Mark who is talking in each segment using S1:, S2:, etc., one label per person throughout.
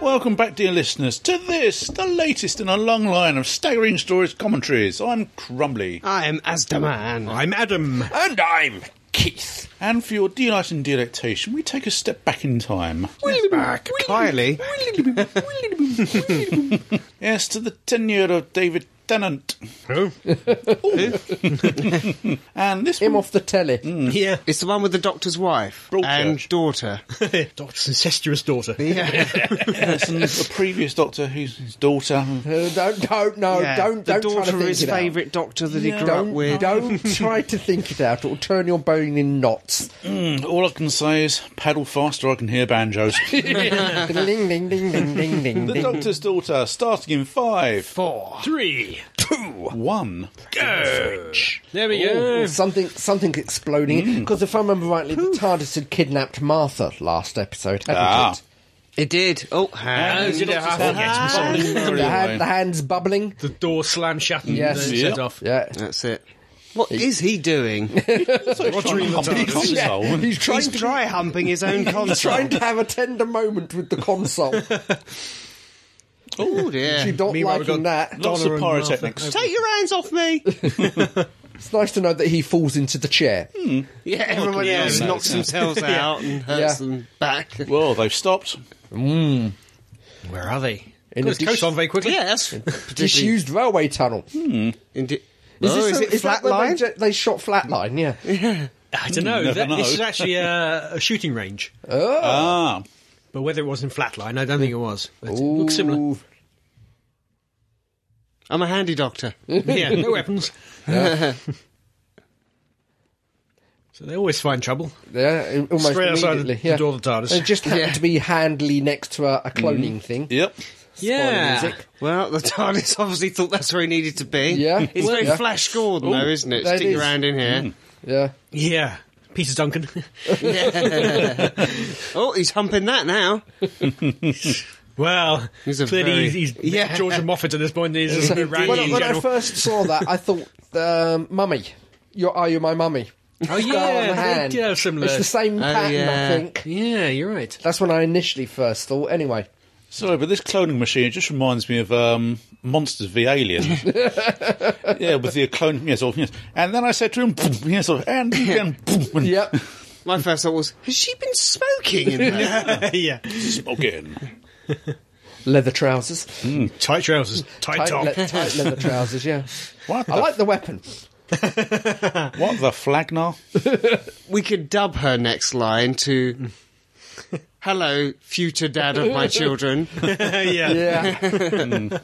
S1: Welcome back, dear listeners, to this, the latest in a long line of staggering stories commentaries. I'm Crumbly.
S2: I'm Asdaman.
S3: I'm Adam.
S4: And I'm Keith.
S1: And for your delight and delectation, we take a step back in time.
S3: Back. Kylie.
S1: Yes, to the tenure of David Tennant.
S3: Who?
S1: And this
S5: Him
S1: one,
S5: off the telly.
S2: Mm.
S3: Yeah.
S2: It's the one with the doctor's wife
S1: Broadchurch.
S2: and daughter.
S5: Oh,
S3: Doctor's incestuous daughter.
S2: Yeah.
S1: yes, and the previous doctor, who's his daughter.
S5: Uh, don't, don't, no,
S2: Yeah.
S5: don't,
S2: the daughter
S5: don't try to
S2: of
S5: think
S2: his
S5: it out.
S2: favourite doctor that
S1: No.
S2: he grew up
S5: Don't,
S2: with.
S5: don't try to think it out. It'll turn your brain in knots.
S1: Hmm, All I can say is paddle faster, I can hear banjos.
S5: ding, ding, ding, ding, ding, ding,
S1: the
S5: ding.
S1: doctor's daughter, starting in five,
S3: Three.
S1: one.
S3: There we
S5: Or
S3: go.
S5: Something, something exploding.
S2: Mm.
S5: Because if I remember rightly, the TARDIS had kidnapped Martha last episode, hadn't
S1: Ah.
S5: it?
S2: It did. Oh,
S1: And
S2: hands.
S3: did it
S1: Doctor's
S3: happen?
S1: hand
S3: Yes,
S1: bubbling merrily
S5: The, hand, the
S1: away.
S5: hands bubbling.
S3: The door slammed shut and
S5: Yes.
S3: then
S1: Yeah.
S3: set off.
S5: Yeah.
S2: That's it. What is he doing?
S1: So he's trying to humble the console.
S5: He's trying
S2: He's
S5: to
S2: dry humping his own
S5: He's trying
S2: console.
S5: to have a tender moment with the console.
S2: Oh
S5: You
S2: dear.
S5: don't
S3: Meanwhile,
S5: like him
S3: we've got
S5: that.
S1: Lots
S3: Donna
S1: of
S3: and
S1: pyrotechnics.
S3: Martha.
S2: Take your hands off me!
S5: It's nice to know that he falls into the chair.
S2: Hmm. Yeah, everybody
S1: yeah,
S2: else
S1: no,
S2: knocks
S1: no.
S2: themselves out and hurts
S5: Yeah.
S2: them back.
S1: Well, they've stopped.
S3: Where are they?
S5: In
S3: Got his
S5: a dish-
S3: coat on very quickly.
S2: Yeah, that's particularly...
S5: Disused railway tunnel.
S2: Indi-
S5: Is,
S2: oh,
S5: this
S2: is
S5: a-
S2: it
S5: is that where
S2: flatline?
S5: They, ju- they shot flatline, yeah.
S3: I don't know.
S1: never
S3: That-
S1: know.
S3: This is actually a, a shooting range.
S1: Ah,
S3: But whether it was in flatline, I don't think it was. But it looks similar.
S5: Ooh.
S2: I'm a handy doctor.
S3: yeah, no weapons. so they always find trouble.
S5: Yeah, almost
S3: Straight outside
S5: immediately.
S3: the
S5: yeah.
S3: door of the TARDIS.
S5: They just happened
S2: Yeah.
S5: to be handily next to a, a
S3: Mm-hmm.
S5: cloning thing.
S1: yep.
S3: Yeah.
S5: music.
S2: Well, the TARDIS obviously thought that's where he needed to be.
S5: Yeah.
S2: It's very
S5: Yeah.
S2: Flash Gordon, though, isn't it?
S5: that
S2: Stick
S5: is.
S2: around in here.
S5: Yeah.
S3: Yeah. Peter Duncan.
S5: Hmm.
S2: oh, he's humping that now.
S3: well,
S2: He's a
S3: clearly
S2: very-
S3: he's, he's
S2: Yeah.
S3: George and Moffat at this point. He's just a
S5: When, I-
S3: randy in
S5: when I
S3: general.
S5: first saw that, I thought, um, mummy. You're, are you my mummy?
S3: Oh,
S5: Skull
S3: yeah,
S5: on hand.
S3: they do have similar- Oh,
S5: It's the same pattern,
S2: Oh, yeah.
S5: I think.
S3: Yeah, you're right.
S5: That's when I initially first thought. Anyway,
S1: Sorry, but this cloning machine it just reminds me of um, Monsters v Alien. yeah, with the clone. Yes, or, yes. And then I said to him, "Boom," yes, or, and again, boom, and
S5: yep.
S2: My first thought was, has she been smoking in there?
S3: yeah.
S1: again.
S5: leather trousers,
S3: Tight trousers, tight,
S5: tight,
S3: top.
S5: le- tight leather trousers. Yeah,
S1: What the,
S5: I like the weapon.
S1: what the flagnar?
S2: We could dub her next line to, hello, future dad of my children.
S3: yeah.
S5: Yeah,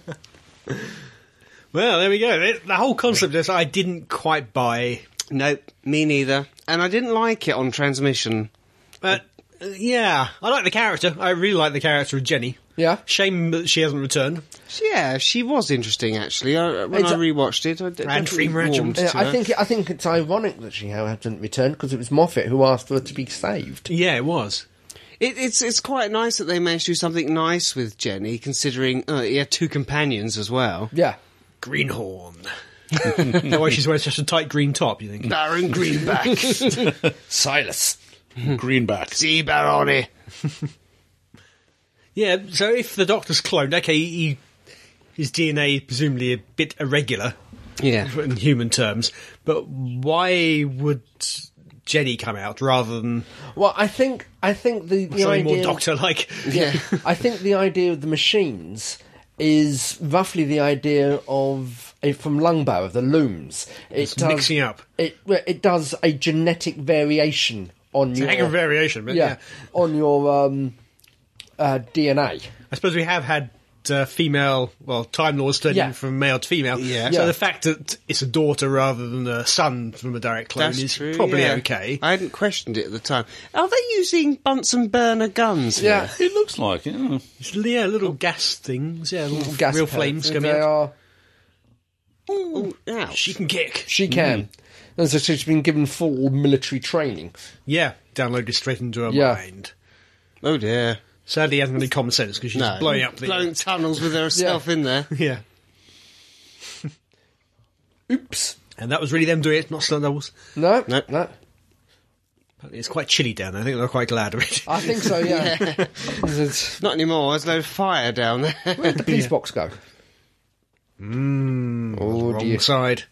S3: Well, there we go. It- The whole concept is I didn't quite buy,
S2: nope, me neither. And I didn't like it on transmission.
S3: but uh, yeah, I like the character. I really like the character of Jenny.
S5: yeah.
S3: Shame that she hasn't returned.
S2: Yeah, she was interesting, actually. I, when
S5: It's
S2: I
S5: a-
S2: rewatched it, I d-
S3: And
S2: definitely
S3: Freem Ratcham.
S2: warmed
S5: Yeah,
S2: to
S5: Uh, I
S2: her.
S5: think I think it's ironic that she hadn't returned because it was Moffat who asked her to be saved.
S3: Yeah, it was.
S2: It, it's it's quite nice that they managed to do something nice with Jenny, considering uh, he had two companions as well.
S5: Yeah,
S3: Greenhorn. that way she's wearing such a tight green top, you think?
S2: Baron Greenback,
S5: Silas.
S1: Greenback.
S2: see Baroni.
S3: Yeah, so if the doctor's cloned, okay, he, his DNA is presumably a bit irregular
S2: Yeah,
S3: in human terms, but why would Jenny come out rather than
S5: Well, I think I think the, the
S3: something
S5: idea.
S3: more doctor like?
S5: Yeah, I think the idea of the machines is roughly the idea of eh, from Lungbow of the looms. It does,
S3: mixing up.
S5: It well, it does a genetic variation on your
S3: Hang of variation, but
S5: yeah,
S3: yeah.
S5: on your um, uh, DNA.
S3: I suppose we have had uh, female, well, Time Lords turning
S5: Yeah.
S3: from male to female.
S2: Yeah.
S3: So
S5: Yeah.
S3: the fact that it's a daughter rather than a son from a direct clone
S2: that's
S3: is
S2: true,
S3: probably
S2: yeah.
S3: okay.
S2: I hadn't questioned it at the time. Are they using Bunsen burner guns? here?
S5: Yeah.
S1: It looks like it. yeah.
S3: It's, yeah, little gas things, yeah, little
S5: Oh. Gas
S3: real
S5: pellets,
S3: flames
S5: and
S3: coming
S5: they
S3: out.
S5: Are,
S2: Ooh, ouch.
S3: She can kick.
S5: she can. And so she's been given full military training.
S3: Yeah, downloaded straight into her
S5: Yeah.
S3: mind.
S2: Oh dear.
S3: Sadly, he hasn't got any common sense because she's
S2: No.
S3: blowing up the
S2: blowing tunnels with herself in there.
S3: yeah.
S5: Oops.
S3: And that was really them doing it, not stunt doubles.
S5: No, no,
S2: No.
S5: no.
S3: Apparently It's quite chilly down there. I think they're quite glad of it.
S5: I think so, yeah. There's a-
S2: Not anymore. There's no fire down there.
S5: Where'd the peace box go?
S3: On the
S5: oh,
S3: wrong
S5: dear.
S3: side.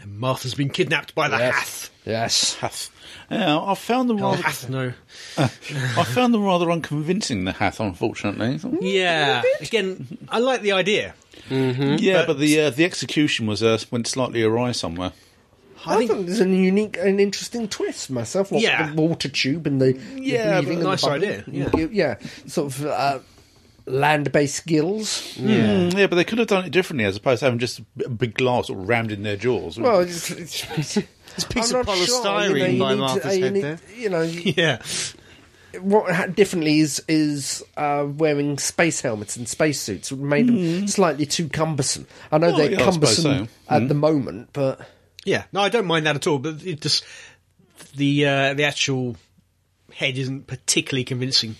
S3: And Martha's been kidnapped by the
S5: Yes. Yes.
S1: Hath. Yeah, I found
S5: Oh,
S1: them
S3: Hath.
S1: rather.
S3: Hath, no.
S1: I found them rather unconvincing. The Hath, unfortunately.
S5: Hmm.
S3: Yeah. Again, I like the idea.
S1: Yeah, but, the uh, the execution was uh, went slightly awry somewhere.
S5: I, think, there's a unique and interesting twist myself. Like
S3: Yeah.
S5: The water tube and the.
S3: Yeah,
S5: the weaving
S3: but nice
S5: and the
S3: idea, yeah.
S5: bubble. Yeah. Sort of uh, land based skills.
S1: Mm, yeah, but they could have done it differently as opposed to having just a big glass rammed in their jaws.
S5: Well, it's, it's, it's a
S2: piece of polystyrene by Martha's head there.
S5: You know, you-
S3: Yeah.
S5: what ha- differently is is uh, wearing space helmets and spacesuits made them slightly too cumbersome. I know
S1: Oh,
S5: they're
S1: Hmm. yeah, I
S5: cumbersome
S1: suppose so. Hmm.
S5: at the moment, but
S3: Yeah. No, I don't mind that at all, but it just the uh, the actual head isn't particularly convincing.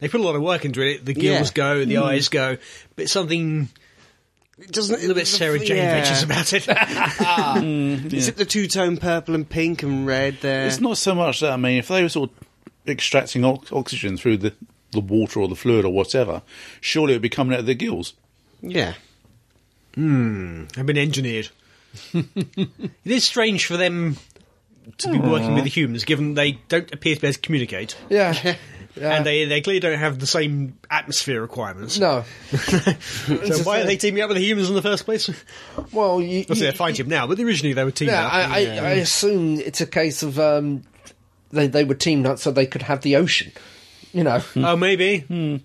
S3: They put a lot of work into it. The gills
S2: Yeah.
S3: go,
S5: Mm.
S3: the eyes go, but something
S2: It doesn't
S3: a little bit Sarah Jane Mm, Adventures about it.
S2: Ah. Is it the two tone purple and pink and red there?
S1: It's not so much that. I mean, if they were sort of extracting ox- oxygen through the, the water or the fluid or whatever, surely it would be coming out of their gills.
S2: Yeah.
S3: I've been engineered. it is strange for them to be working with the humans, given they don't appear to be able to communicate,
S5: yeah,
S3: and they they clearly don't have the same atmosphere requirements.
S5: no.
S3: so why are they teaming up with the humans in the first place?
S5: Well, you,
S3: Obviously,
S5: you-
S3: they're fighting him now, but originally they were teaming
S5: yeah,
S3: up.
S5: I, I, I assume it's a case of um, they they were teamed up so they could have the ocean. You know,
S3: oh, maybe.
S5: Hmm.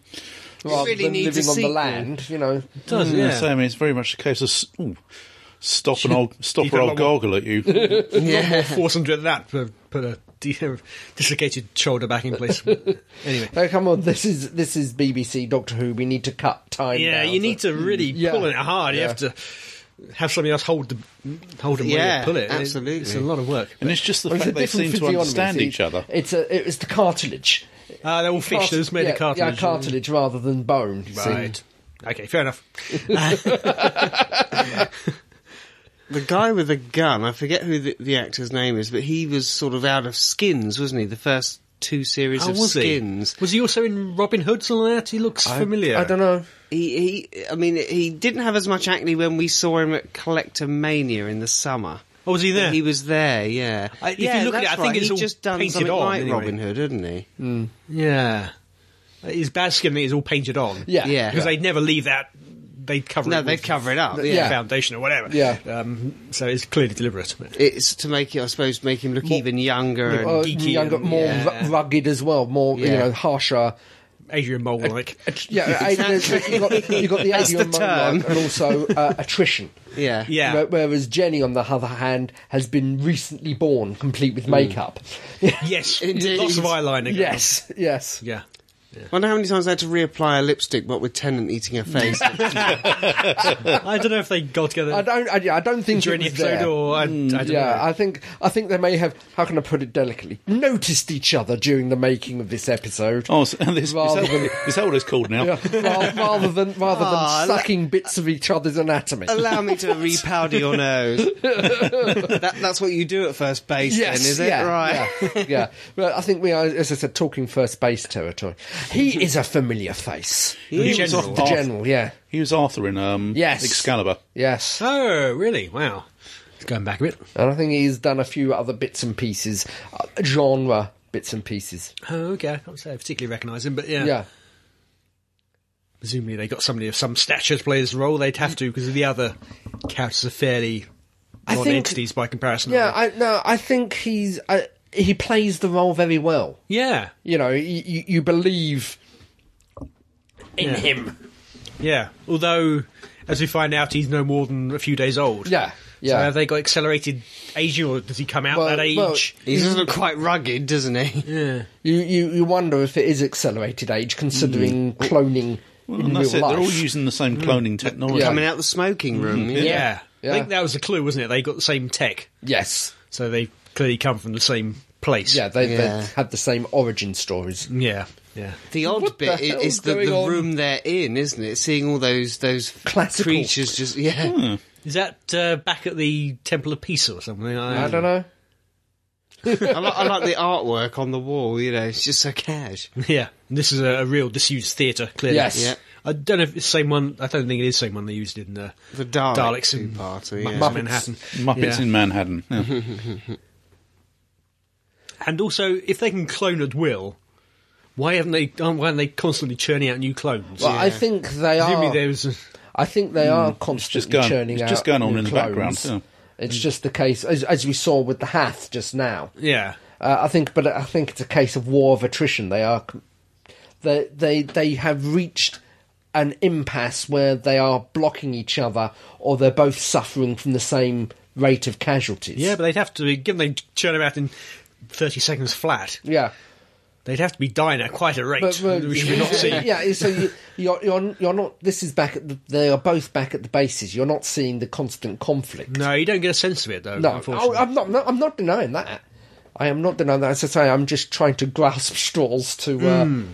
S5: rather
S2: really
S5: than
S2: needs
S5: living
S2: a
S5: on the
S2: sequel.
S5: land. You know,
S3: does,
S1: Yeah. Mm, So, I mean, it's very much a case of s- ooh, stop an old stop or
S3: got
S1: I'll
S3: a lot
S1: gargle at you.
S3: Not more force under that for put a de- dislocated shoulder back in place. anyway.
S5: oh, come on, this is this is BBC Doctor Who. We need to cut time.
S3: Yeah,
S5: down,
S3: you
S5: so-
S3: need to really
S5: Yeah.
S3: pull it hard. You
S5: Yeah.
S3: have to have somebody else hold the hold and
S2: Yeah,
S3: pull it.
S2: absolutely.
S3: It's a lot of work.
S1: and it's just the
S5: Well,
S1: fact
S5: it's a
S1: they
S5: different
S1: seem to
S5: physiognomy,
S1: understand
S5: see.
S1: each other.
S5: It's a it was the cartilage.
S3: Uh, they're all fish that's made
S5: yeah,
S3: of cartilage.
S5: Yeah, cartilage rather than bone. you see.
S3: Right. Okay, fair enough.
S2: The guy with the gun, I forget who the, the actor's name is, but he was sort of out of skins, wasn't he? The first two series
S3: How
S2: of
S3: Oh, was
S2: skins.
S3: he? Was he also in Robin Hood? Something like that? He looks familiar.
S5: I don't know.
S2: He, he, I mean, he didn't have as much acne when we saw him at Collectomania in the summer.
S3: Oh, was he there?
S2: He was there, yeah.
S3: I- if you
S2: yeah,
S3: look at it,
S2: that's
S3: I think
S2: right.
S3: it's
S2: He'd
S3: all
S2: just done
S3: painted
S2: something
S3: on,
S2: like
S3: anyway. Mm.
S2: Robin Hood, hadn't he?
S3: Yeah. His bad skin is all painted on.
S5: Yeah.
S2: Yeah.
S3: Because they'd never leave that. They'd cover
S2: No,
S3: it.
S2: they'd cover it up.
S5: Yeah.
S2: Yeah.
S5: Yeah.
S3: foundation or whatever.
S5: Yeah.
S3: Um, so it's clearly deliberate. but-
S2: It's to make it, I suppose, make him look even younger. And,
S5: Uh,
S3: geeky
S5: younger,
S3: and-
S5: more
S2: yeah.
S5: ru- rugged as well. More you
S2: Yeah.
S5: know, harsher.
S3: Adrian Mole like.
S5: Yeah, Adrian, you got you got the
S2: That's
S5: Adrian
S2: the
S5: Monarch
S2: term.
S5: and also uh, attrition.
S2: yeah.
S3: Yeah.
S5: Where- Whereas Jenny, on the other hand, has been recently born, complete
S3: Hmm.
S5: with makeup.
S3: Yes.
S2: Indeed.
S3: Lots of eyeliner.
S5: yes, yes.
S3: Yeah.
S2: Wonder how many times they had to reapply a lipstick, but with Tennant eating her face.
S3: I don't know if they got together
S5: I don't. I, yeah, I don't think
S3: during the
S5: it was
S3: episode
S5: there. Mm,
S3: or. I, I don't
S5: yeah,
S3: know.
S5: I think I think they may have. How can I put it delicately? Noticed each other during the making of this episode.
S1: Oh, so, this, is,
S5: Rather
S1: that,
S5: than-
S1: is that what it's called now?
S5: Yeah, ra- rather than rather than
S2: Ah, that-
S5: sucking bits of each other's anatomy.
S2: Allow me to repowder your nose. that, that's what you do at first base, then, is it?
S5: yeah,
S2: right.
S5: Yeah, yeah. Well, I think we are, as I said, talking first base territory. He is a familiar face.
S1: He was
S3: General.
S5: The
S1: Arth-
S5: general, yeah.
S1: He was Arthur in um,
S5: Yes.
S1: Excalibur.
S5: Yes.
S3: Oh, really? Wow. It's going back a bit.
S5: And I think he's done a few other bits and pieces, uh, genre bits and pieces.
S3: Oh, okay. I can't say I particularly recognise him, but yeah.
S5: Yeah.
S3: Presumably they got somebody of some stature to play this role. They'd have to, because the other characters are fairly
S5: I
S3: non
S5: think-
S3: entities by comparison.
S5: Yeah,
S3: aren't they?
S5: I no, I think he's uh, he plays the role very well.
S3: yeah.
S5: You know, you, you you believe in
S3: Yeah.
S5: him.
S3: Yeah. Although, as we find out, he's no more than a few days old.
S5: Yeah.
S3: So
S5: Yeah.
S3: have they got accelerated aging, or does he come out
S5: Well,
S3: that age?
S5: well,
S2: He doesn't look quite rugged, doesn't he?
S3: yeah.
S5: You, you you wonder if it is accelerated age, considering cloning
S1: Mm. Well,
S5: in
S1: and
S5: real
S1: that's it.
S5: life. Mm.
S1: They're all using the same cloning technology.
S5: Yeah.
S2: Coming out the smoking room.
S5: Mm-hmm.
S3: yeah.
S2: yeah.
S3: I
S5: Yeah.
S3: think that was the clue, wasn't it? They got the same tech,
S5: yes,
S3: so they clearly come from the same place.
S5: yeah, they,
S2: Yeah.
S5: they had the same origin stories.
S3: Yeah. Yeah.
S2: The odd
S5: What the
S2: bit i-
S5: hell's
S2: is the,
S5: going
S2: the
S5: on?
S2: room they're in, isn't it? Seeing all those those
S5: Classical.
S2: creatures just yeah.
S1: Hmm. Mm.
S3: Is that uh, back at the Temple of Peace or something?
S5: I don't know.
S2: I, like, I like the artwork on the wall. You know, it's just so cash.
S3: Yeah, and this is a, a real disused theatre, clearly.
S5: Yes.
S2: Yeah.
S3: I don't know if it's the same one. I don't think it is the same one they used in uh,
S2: The Dalek
S3: Daleks
S2: Tea
S3: in
S2: Party,
S3: Ma-
S2: yeah.
S3: Ma-
S5: Muppets.
S3: Manhattan.
S1: Muppets
S3: Yeah.
S1: in Manhattan. Yeah.
S3: And also, if they can clone at will, why haven't they? Aren't, why aren't they constantly churning out new clones?
S5: Well, I think they
S3: Presumably
S5: are.
S3: there's a-
S5: I think they are constantly
S1: just going-
S5: churning
S1: Mm. it's
S5: out.
S1: just going on
S5: new
S1: in the
S5: clones.
S1: background, Mm.
S5: It's just the case, as, as we saw with the Hath just now.
S3: yeah.
S5: Uh, I think, but I think it's a case of war of attrition. They are, com- they they they have reached an impasse where they are blocking each other, or they're both suffering from the same rate of casualties.
S3: Yeah, but they'd have to be, given they churn them out in 30 seconds flat,
S5: yeah.
S3: they'd have to be dying at quite a rate,
S5: But, but-
S3: which we're not seeing.
S5: Yeah, so you, you're, you're you're not. This is back at the. They are both back at the bases. You're not seeing the constant conflict.
S3: No, you don't get a sense of it, though,
S5: No,
S3: unfortunately.
S5: oh, I'm not, no, I'm not denying that. I am not denying that. As I say, I'm just trying to grasp straws to. Uh,
S3: Hmm.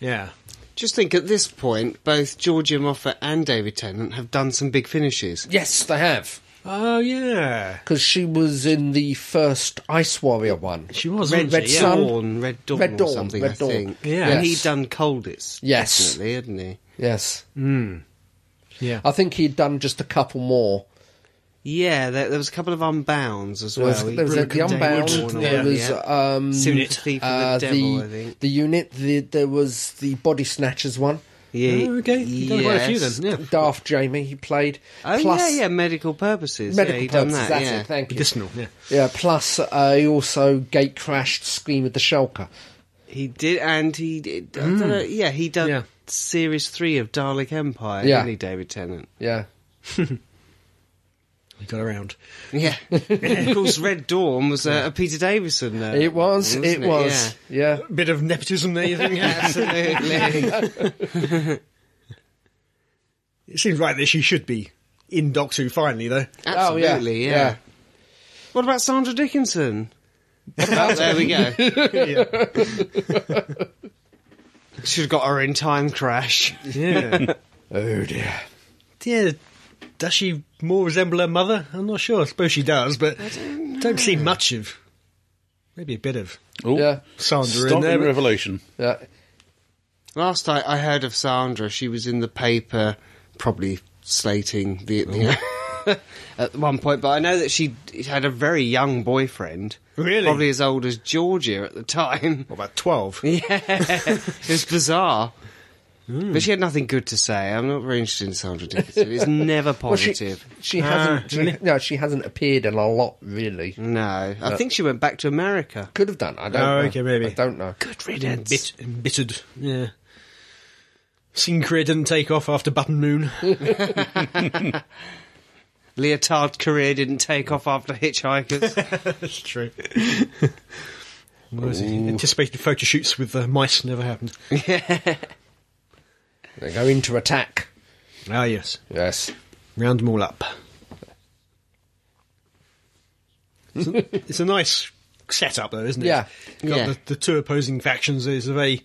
S3: yeah.
S2: Just think at this point, both Georgia Moffat and David Tennant have done some big finishes.
S5: Yes, they have.
S3: Oh, yeah.
S5: because she was in the first Ice Warrior one.
S3: She was,
S5: Red,
S3: wasn't she?
S5: Red
S3: Yeah.
S5: Sun.
S2: Dawn, Red Dawn,
S5: Red Dawn,
S2: or something,
S5: Red
S2: I
S5: Dawn.
S2: think.
S3: Yeah.
S2: And he'd
S5: Yes.
S2: done Coldest,
S5: Yes.
S2: definitely, hadn't he?
S5: Yes,
S3: Hmm. Yeah.
S5: I think he'd done just a couple more.
S2: Yeah, there, there was a couple of Unbounds as well.
S5: There was, there was the Unbound. There was um,
S2: Unit Thief and
S5: uh,
S2: the
S5: the
S2: Devil, I think.
S5: the unit. The, there was the Body Snatchers one.
S2: Yeah.
S3: Oh, okay. You've done quite a few
S2: yes.
S3: then, yeah.
S5: Daft Jamie he played.
S2: Oh
S5: plus
S2: yeah, yeah, medical purposes.
S5: Medical
S2: yeah, he'd
S5: purposes.
S2: done that,
S5: that's
S2: yeah.
S5: it. Thank you.
S3: Medicinal, yeah.
S5: Yeah. Plus, uh, he also gate crashed Scream of the Shulker.
S2: He did, and he did. I don't know, yeah, he done
S3: Hmm. Yeah.
S2: series three of Dalek Empire,
S5: Yeah.
S2: didn't he, David Tennant?
S5: Yeah.
S3: We got around.
S2: Yeah. of course, Red Dawn was uh, a Peter Davison. Uh,
S5: It was.
S2: wasn't
S5: It was. Yeah.
S3: Bit of nepotism there, you think?
S2: Yeah. Absolutely.
S3: it seems right that she should be in Doctor Who finally, though.
S2: Absolutely,
S5: Oh,
S2: yeah.
S5: yeah. yeah.
S2: What about Sandra Dickinson? Oh, there we go. Should have got her in Time Crash.
S3: Yeah.
S5: Oh dear.
S3: yeah. Does she more resemble her mother? I'm not sure. I suppose she does, but don't, see much of. Maybe a bit of
S1: Ooh.
S5: Yeah.
S3: Sandra in
S1: Stopping
S3: there. but-
S1: Revelation.
S5: Yeah.
S2: Last I, I heard of Sandra, she was in the paper, probably slating the, the at one point. But I know that she had a very young boyfriend,
S3: Really?
S2: probably as old as Georgia at the time.
S3: What about 12?
S2: Yeah, it was bizarre.
S3: Hmm.
S2: But she had nothing good to say. I'm not very interested in Sandra Dickinson. It's never
S5: Well, she,
S2: positive.
S5: she
S3: Ah,
S5: hasn't.
S3: really?
S5: She, no, she hasn't appeared in a lot really.
S2: No, I think she went back to America.
S5: Could have done. I don't.
S3: Oh,
S5: know.
S3: okay, maybe.
S5: I don't know.
S2: Good
S3: Bit, embittered. Yeah. Scene career didn't take off after Button Moon.
S2: Leotard career didn't take off after Hitchhikers.
S3: That's true. Anticipated photo shoots with uh, mice never happened.
S5: They go into attack.
S3: Ah, yes.
S5: Yes.
S3: Round them all up. It's a, it's a nice setup, though, isn't it?
S5: Yeah.
S3: You've got
S2: Yeah.
S3: The, the two opposing factions. There's a very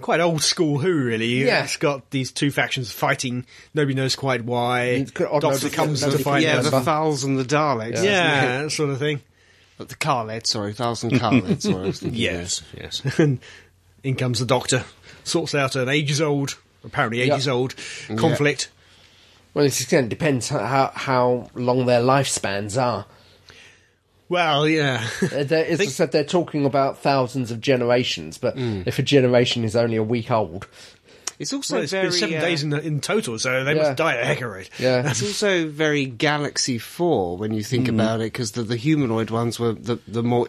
S3: quite old school Who, really.
S5: Yeah.
S3: It's got these two factions fighting. Nobody knows quite why.
S5: It's got- oh,
S3: Doctor
S5: nobody-
S3: comes to
S5: nobody
S3: find
S2: yeah,
S3: out.
S2: the
S5: Remember.
S2: Fowls and the Daleks.
S3: Yeah,
S2: isn't it?
S3: that sort of thing.
S2: But the Carlet, sorry, Thousand Carlet, sorry. I was thinking
S3: Yes, yes. and in comes the Doctor, sorts out an ages old, apparently
S5: Yeah.
S3: ages old, conflict.
S5: Well, it's again depends how how long their lifespans are.
S3: Well, yeah.
S5: Uh, they're- It's just that they're talking about thousands of generations, but
S2: Hmm.
S5: if a generation is only a week old,
S2: of. It's also
S3: So it's
S2: very.
S3: been seven
S2: uh,
S3: days in, in total, so they
S5: Yeah.
S3: must die a heck of a rate.
S5: yeah,
S2: it's also very Galaxy 4 when you think about it, because the, the humanoid ones were the, the more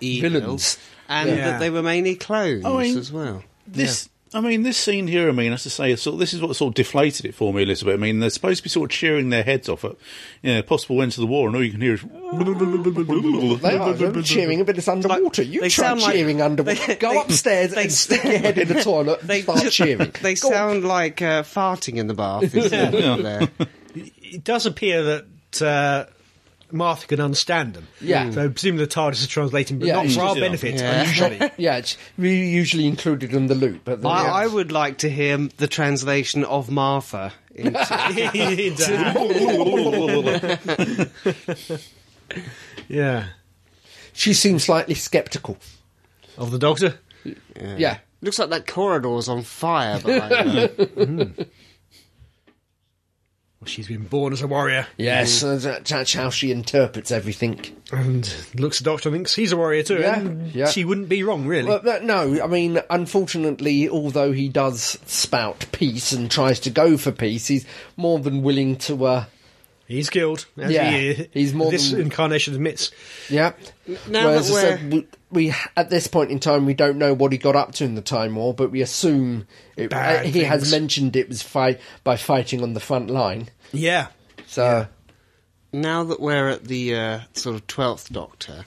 S2: evil.
S5: Villains.
S2: And
S3: Yeah.
S2: that they were mainly clones
S1: Oh, I mean-
S2: as well.
S1: This, I mean, this scene here. I mean, as I say, sort of, this is what sort of deflated it for me a little bit. I mean, they're supposed to be sort of cheering their heads off at you know, possible end to the war, and all you can hear is
S5: they are they're cheering, but it's underwater. you
S2: they
S5: try
S2: sound like-
S5: cheering underwater.
S2: they-
S5: Go
S2: they-
S5: upstairs and stick your head in the toilet and start cheering.
S2: They
S5: Go on.
S2: sound like uh, farting in the bath. Isn't
S1: Yeah.
S2: it, there?
S3: It does appear that uh, Martha can understand them.
S5: Yeah.
S3: So presumably the TARDIS is translating, but
S5: Yeah,
S3: not
S5: it's
S3: for our
S1: just-
S3: benefit,
S2: Yeah.
S3: unusually.
S5: Yeah, it's we usually included in the loop, but the,
S2: I, I would like to hear the translation of Martha. Into,
S3: Indeed. yeah.
S5: she seems slightly sceptical.
S3: Of the Doctor?
S5: Yeah.
S2: Looks like that corridor's on fire behind her.
S3: Well, she's been born as a warrior
S5: Yes, uh, that- that's how she interprets everything.
S3: and looks at the Doctor and thinks he's a warrior too.
S5: Yeah,
S3: and
S5: yeah.
S3: She wouldn't be wrong, really.
S5: Well, that, no, I mean, unfortunately, although he does spout peace and tries to go for peace, he's more than willing to. Uh,
S3: he's killed. As
S5: Yeah,
S3: he,
S5: he's more
S3: This
S5: than-
S3: incarnation admits.
S5: yeah.
S2: Now
S5: Whereas
S2: that
S5: I
S2: we're-
S5: said, we, we at this point in time we don't know what he got up to in the Time War, but we assume it, uh,
S3: Bad
S5: he has
S3: things.
S5: mentioned it was fight by fighting on the front line.
S3: Yeah.
S5: So.
S2: now that we're at the uh, sort of twelfth Doctor,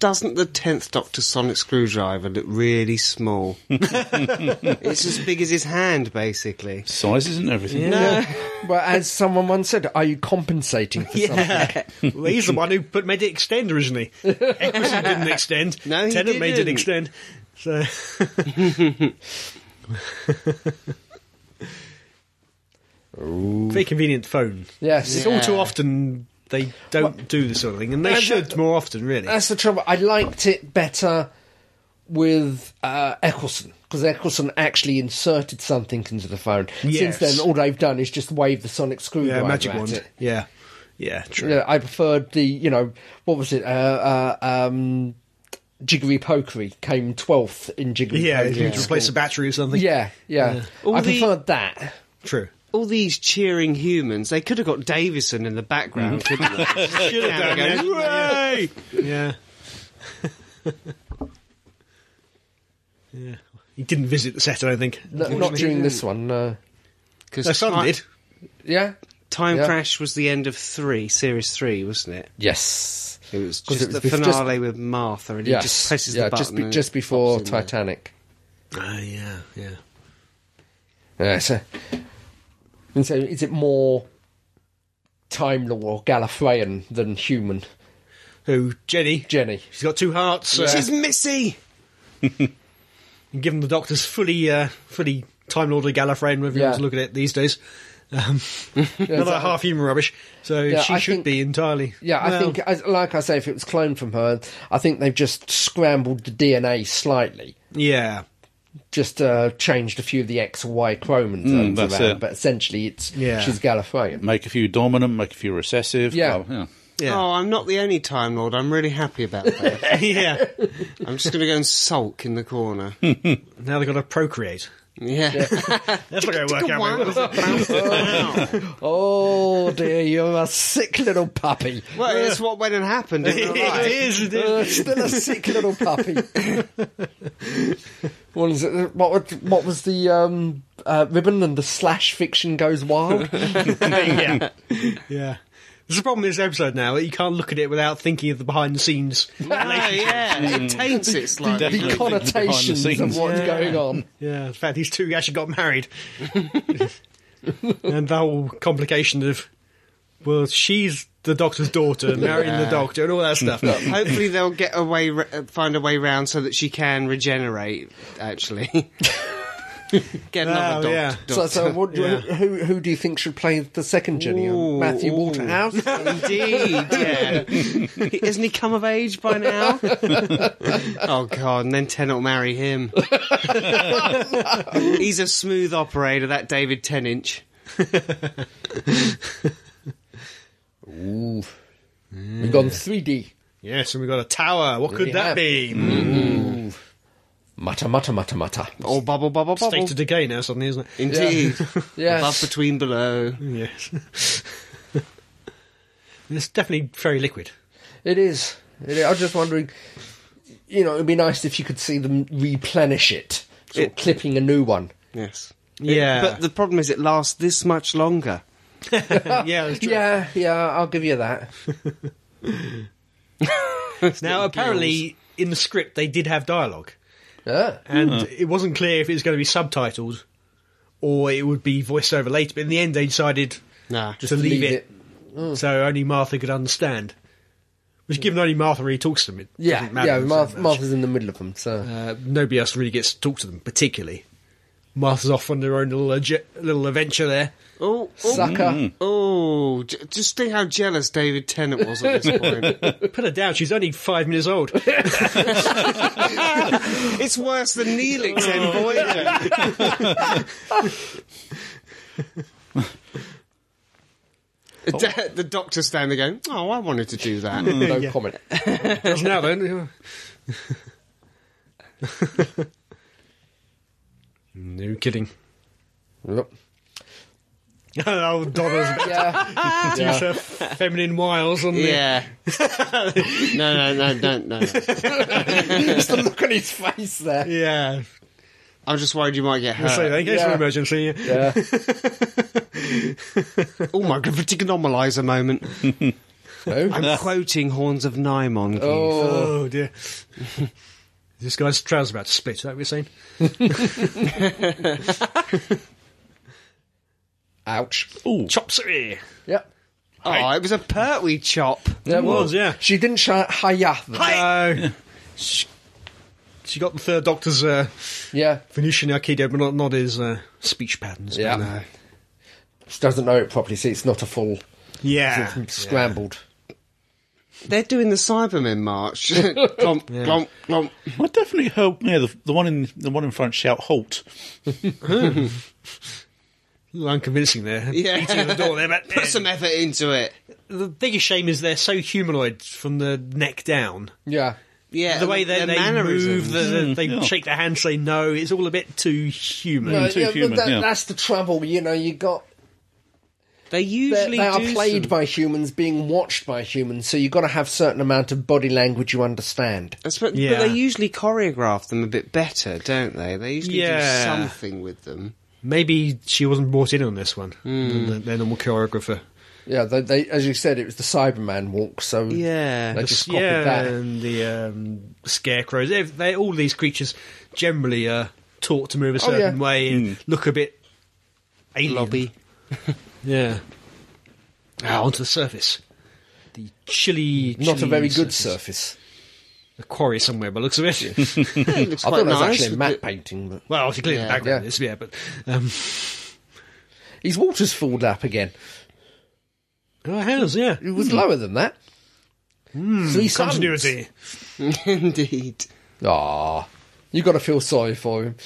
S2: doesn't the tenth Doctor sonic screwdriver look really small? it's as big as his hand, basically.
S1: Sizes and everything.
S5: Well, as someone once said, are you compensating for something?
S3: Yeah. well, he's the one who put made it extend originally. Eccleston didn't extend.
S2: No, he
S3: Tennant made it
S2: didn't.
S3: extend. So very convenient phone.
S5: Yes.
S3: It's all too
S2: Yeah.
S3: often they don't do this sort of thing, and they
S5: And
S3: should
S5: that-
S3: more often, really.
S5: That's the trouble. I liked it better with uh, Eccleston because Eccleston actually inserted something into the phone. Since
S3: Yes.
S5: then, all they've done is just wave the sonic screwdriver.
S3: Yeah, magic
S5: at
S3: wand.
S5: it.
S3: Yeah, yeah, true.
S5: Yeah, I preferred the you know what was it? Uh, uh, um, Jiggery Pokery came twelfth in Jiggery.
S3: Yeah,
S5: Pokery.
S3: you need to replace a battery or something.
S5: yeah, yeah.
S2: All
S5: I
S2: the-
S5: preferred that.
S3: true.
S2: All these cheering humans, they could have got Davison in the background,
S5: Mm-hmm.
S2: couldn't they?
S3: Should have
S2: Yeah,
S3: done that. Hooray! Yeah. yeah. He didn't visit the set, I don't think.
S5: No, not during this one. No.
S3: No,
S2: Because
S3: some did.
S5: Yeah.
S2: Time
S5: Yeah.
S2: Crash was the end of three, series three, wasn't it?
S5: Yes.
S2: It was
S5: 'Cause
S2: just
S5: it
S2: the
S5: was bef- just-
S2: finale with Martha, and
S5: Yes.
S2: he just presses
S5: yeah,
S2: the button.
S5: just, be,
S2: and
S5: just
S2: it
S5: before
S2: pops in there.
S5: Titanic.
S3: Ah, yeah, yeah.
S5: Yeah, so, and so is it more Time Lord or Gallifreyan than human,
S3: Who, Jenny?
S5: Jenny?
S3: She's got two hearts. Uh,
S2: She's Missy.
S3: and given the doctor's fully, uh, fully Time Lord of Gallifreyan, whether you
S5: Yeah.
S3: want to look at it these days. Um, another
S5: that-
S3: half human rubbish. So
S5: Yeah,
S3: she
S5: I
S3: should
S5: think-
S3: be entirely.
S5: Yeah, I
S3: Well,
S5: think, as, like I say, if it was cloned from her, I think they've just scrambled the DNA slightly,
S3: Yeah.
S5: just uh, changed a few of the X or Y chromosomes
S1: Mm, that's
S5: around.
S1: it.
S5: But essentially, it's
S3: Yeah.
S5: she's Gallifreyan.
S1: Make a few dominant, make a few recessive.
S5: Yeah.
S1: Oh, yeah.
S3: Yeah.
S2: Oh, I'm not the only Time Lord. I'm really happy about that.
S3: yeah.
S2: I'm just going to go and sulk in the corner.
S3: Now they've got to procreate.
S2: Yeah.
S3: That's not going to work out very well.
S2: well,
S5: Oh dear, you're a sick little puppy.
S2: it's what went and happened. Isn't it,
S3: it
S2: right?
S3: is, it
S5: Uh,
S3: is.
S5: still a sick little puppy. what, is it, what, would- what was the um, uh, ribbon and the slash fiction goes wild?
S3: yeah. yeah. There's a problem with this episode now that you can't look at it without thinking of the behind the scenes.
S2: Oh,
S3: Hmm.
S2: yeah, it taints it slightly.
S5: the
S1: Definitely
S5: connotations
S1: behind the
S5: of
S1: scenes.
S5: what's going on.
S3: yeah, in fact, these two actually got married. and the whole complication of, well, she's the doctor's daughter, marrying the doctor, and all that stuff.
S2: Hopefully they'll get a way, r- find a way round so that she can regenerate. Actually, get another
S3: Oh,
S2: doc-
S3: yeah.
S5: So,
S2: doctor.
S5: so what, do you-
S3: Yeah.
S5: who who do you think should play the second Jenny? Um,
S2: Ooh,
S5: Matthew
S2: ooh.
S5: Waterhouse.
S2: Indeed, yeah. Isn't he come of age by now? oh god, and then Tennant will marry him. He's a smooth operator, that David Teninch.
S5: Ooh. We've gone 3D.
S3: yes, and we've got a tower. What could
S5: We
S3: that
S5: have.
S3: be? Mm.
S5: Mutter, mutter, mutter, mutter.
S2: Or Oh, bubble, bubble, bubble.
S3: State of decay now, suddenly, isn't it?
S2: Indeed.
S5: Yes.
S2: Above, between, below.
S3: Yes. it's definitely very liquid.
S5: It is. It is. I was just wondering, you know, it'd be nice if you could see them replenish it, sort of
S2: It-
S5: clipping a new one.
S2: Yes.
S3: Yeah.
S2: But the problem is, it lasts this much longer.
S3: yeah, that's true.
S5: Yeah, yeah, I'll give you that.
S3: Now, apparently, in the script, they did have dialogue,
S5: Yeah.
S3: and it wasn't clear if it was going to be subtitled or it would be voiced over later. But in the end, they decided
S2: Nah.
S3: to leave, it,
S5: Hmm.
S3: so only Martha could understand. Which, given only Martha really talks to them, it
S5: Yeah,
S3: doesn't matter
S5: yeah.
S3: so
S5: Martha,
S3: much.
S5: Martha's in the middle of them, so
S3: Uh, nobody else really gets to talk to them particularly. Martha's off on their own little uh, je- little adventure there.
S2: Oh, oh,
S5: Sucker.
S2: oh, j- just think how jealous David Tennant was at this point.
S3: Put her down. She's only five minutes old.
S2: it's worse than Neelix and
S3: Oh.
S2: Voyager. Da- the doctor standing there going, oh, I wanted to do
S3: Mm.
S2: that.
S5: No comment.
S3: Does now then. no kidding.
S5: Yep.
S3: oh, Donna's
S5: Yeah.
S3: yeah. feminine wiles on
S2: yeah. no, no, no, no, no.
S5: Just the look on his face there.
S3: the. Yeah.
S2: I'm just worried you might get hurt.
S3: So in case of
S5: Yeah.
S3: emergency.
S5: Yeah.
S2: Oh my god, phenomenalizer moment.
S5: No.
S2: I'm quoting Horns of Nymon. Keith.
S5: Oh.
S3: Oh dear. this guy's trousers about to split. Is that what you're saying?
S5: Ouch.
S1: Ooh.
S3: Chop suey.
S5: Yep.
S2: Oh, it was a Pertwee chop.
S5: There it
S3: was, yeah.
S5: She didn't shout hiya. though.
S3: Hi. she, she got the third doctor's uh,
S5: Yeah.
S3: Venusian Aikido, but not, not his uh, speech patterns. uh,
S5: Yeah.
S3: No.
S5: She doesn't know it properly, so it's not a full
S3: Yeah.
S5: scrambled.
S2: They're doing the Cybermen march. glomp, glomp, glomp.
S1: I definitely heard yeah, the, the one in the one in front shout halt.
S3: A little unconvincing there.
S2: Yeah.
S3: Beating on the door there, but
S2: Put some effort into it.
S3: the biggest shame is they're so humanoid from the neck down.
S5: Yeah.
S2: Yeah,
S3: the way they,
S2: their
S3: they move,
S2: mannerisms.
S3: the, the- they
S1: yeah.
S3: shake their hand, say no, it's all a bit too human.
S1: Well, too
S5: yeah,
S1: human,
S5: that-
S1: yeah.
S5: That's the trouble, you know. You got
S2: they
S5: they,
S2: usually
S5: they are
S2: do
S5: played
S2: some-
S5: by humans, being watched by humans, so you've got to have certain amount of body language you understand.
S2: That's what-
S3: Yeah.
S2: But they usually choreograph them a bit better, don't they? They usually
S3: Yeah.
S2: do something with them.
S3: Maybe she wasn't brought in on this one. The, their normal choreographer.
S5: Yeah, they, they, as you said, it was the Cyberman walk, so
S2: Yeah.
S5: they
S2: The
S5: just copied
S3: yeah,
S5: that.
S3: and the um, scarecrows. They, they all these creatures generally are taught to move a certain
S5: yeah.
S3: way and look a bit alien.
S2: Lobby.
S3: Yeah. Ah, onto the surface. The chilly,
S5: Not a
S3: chilly
S5: very good surface.
S3: A quarry somewhere, by the looks of it.
S2: it looks
S5: I
S2: quite
S5: thought that was
S2: nice.
S5: actually a
S2: with
S5: matte
S2: the-
S5: painting, but
S3: well, obviously, clearly the
S2: Yeah.
S3: background
S5: Yeah.
S3: is yeah, but um,
S5: his water's filled up again.
S3: oh, it has yeah.
S5: It was lower than that. Mm, Three suns.
S3: Continuity.
S2: Indeed.
S5: Ah, you got to feel sorry for him.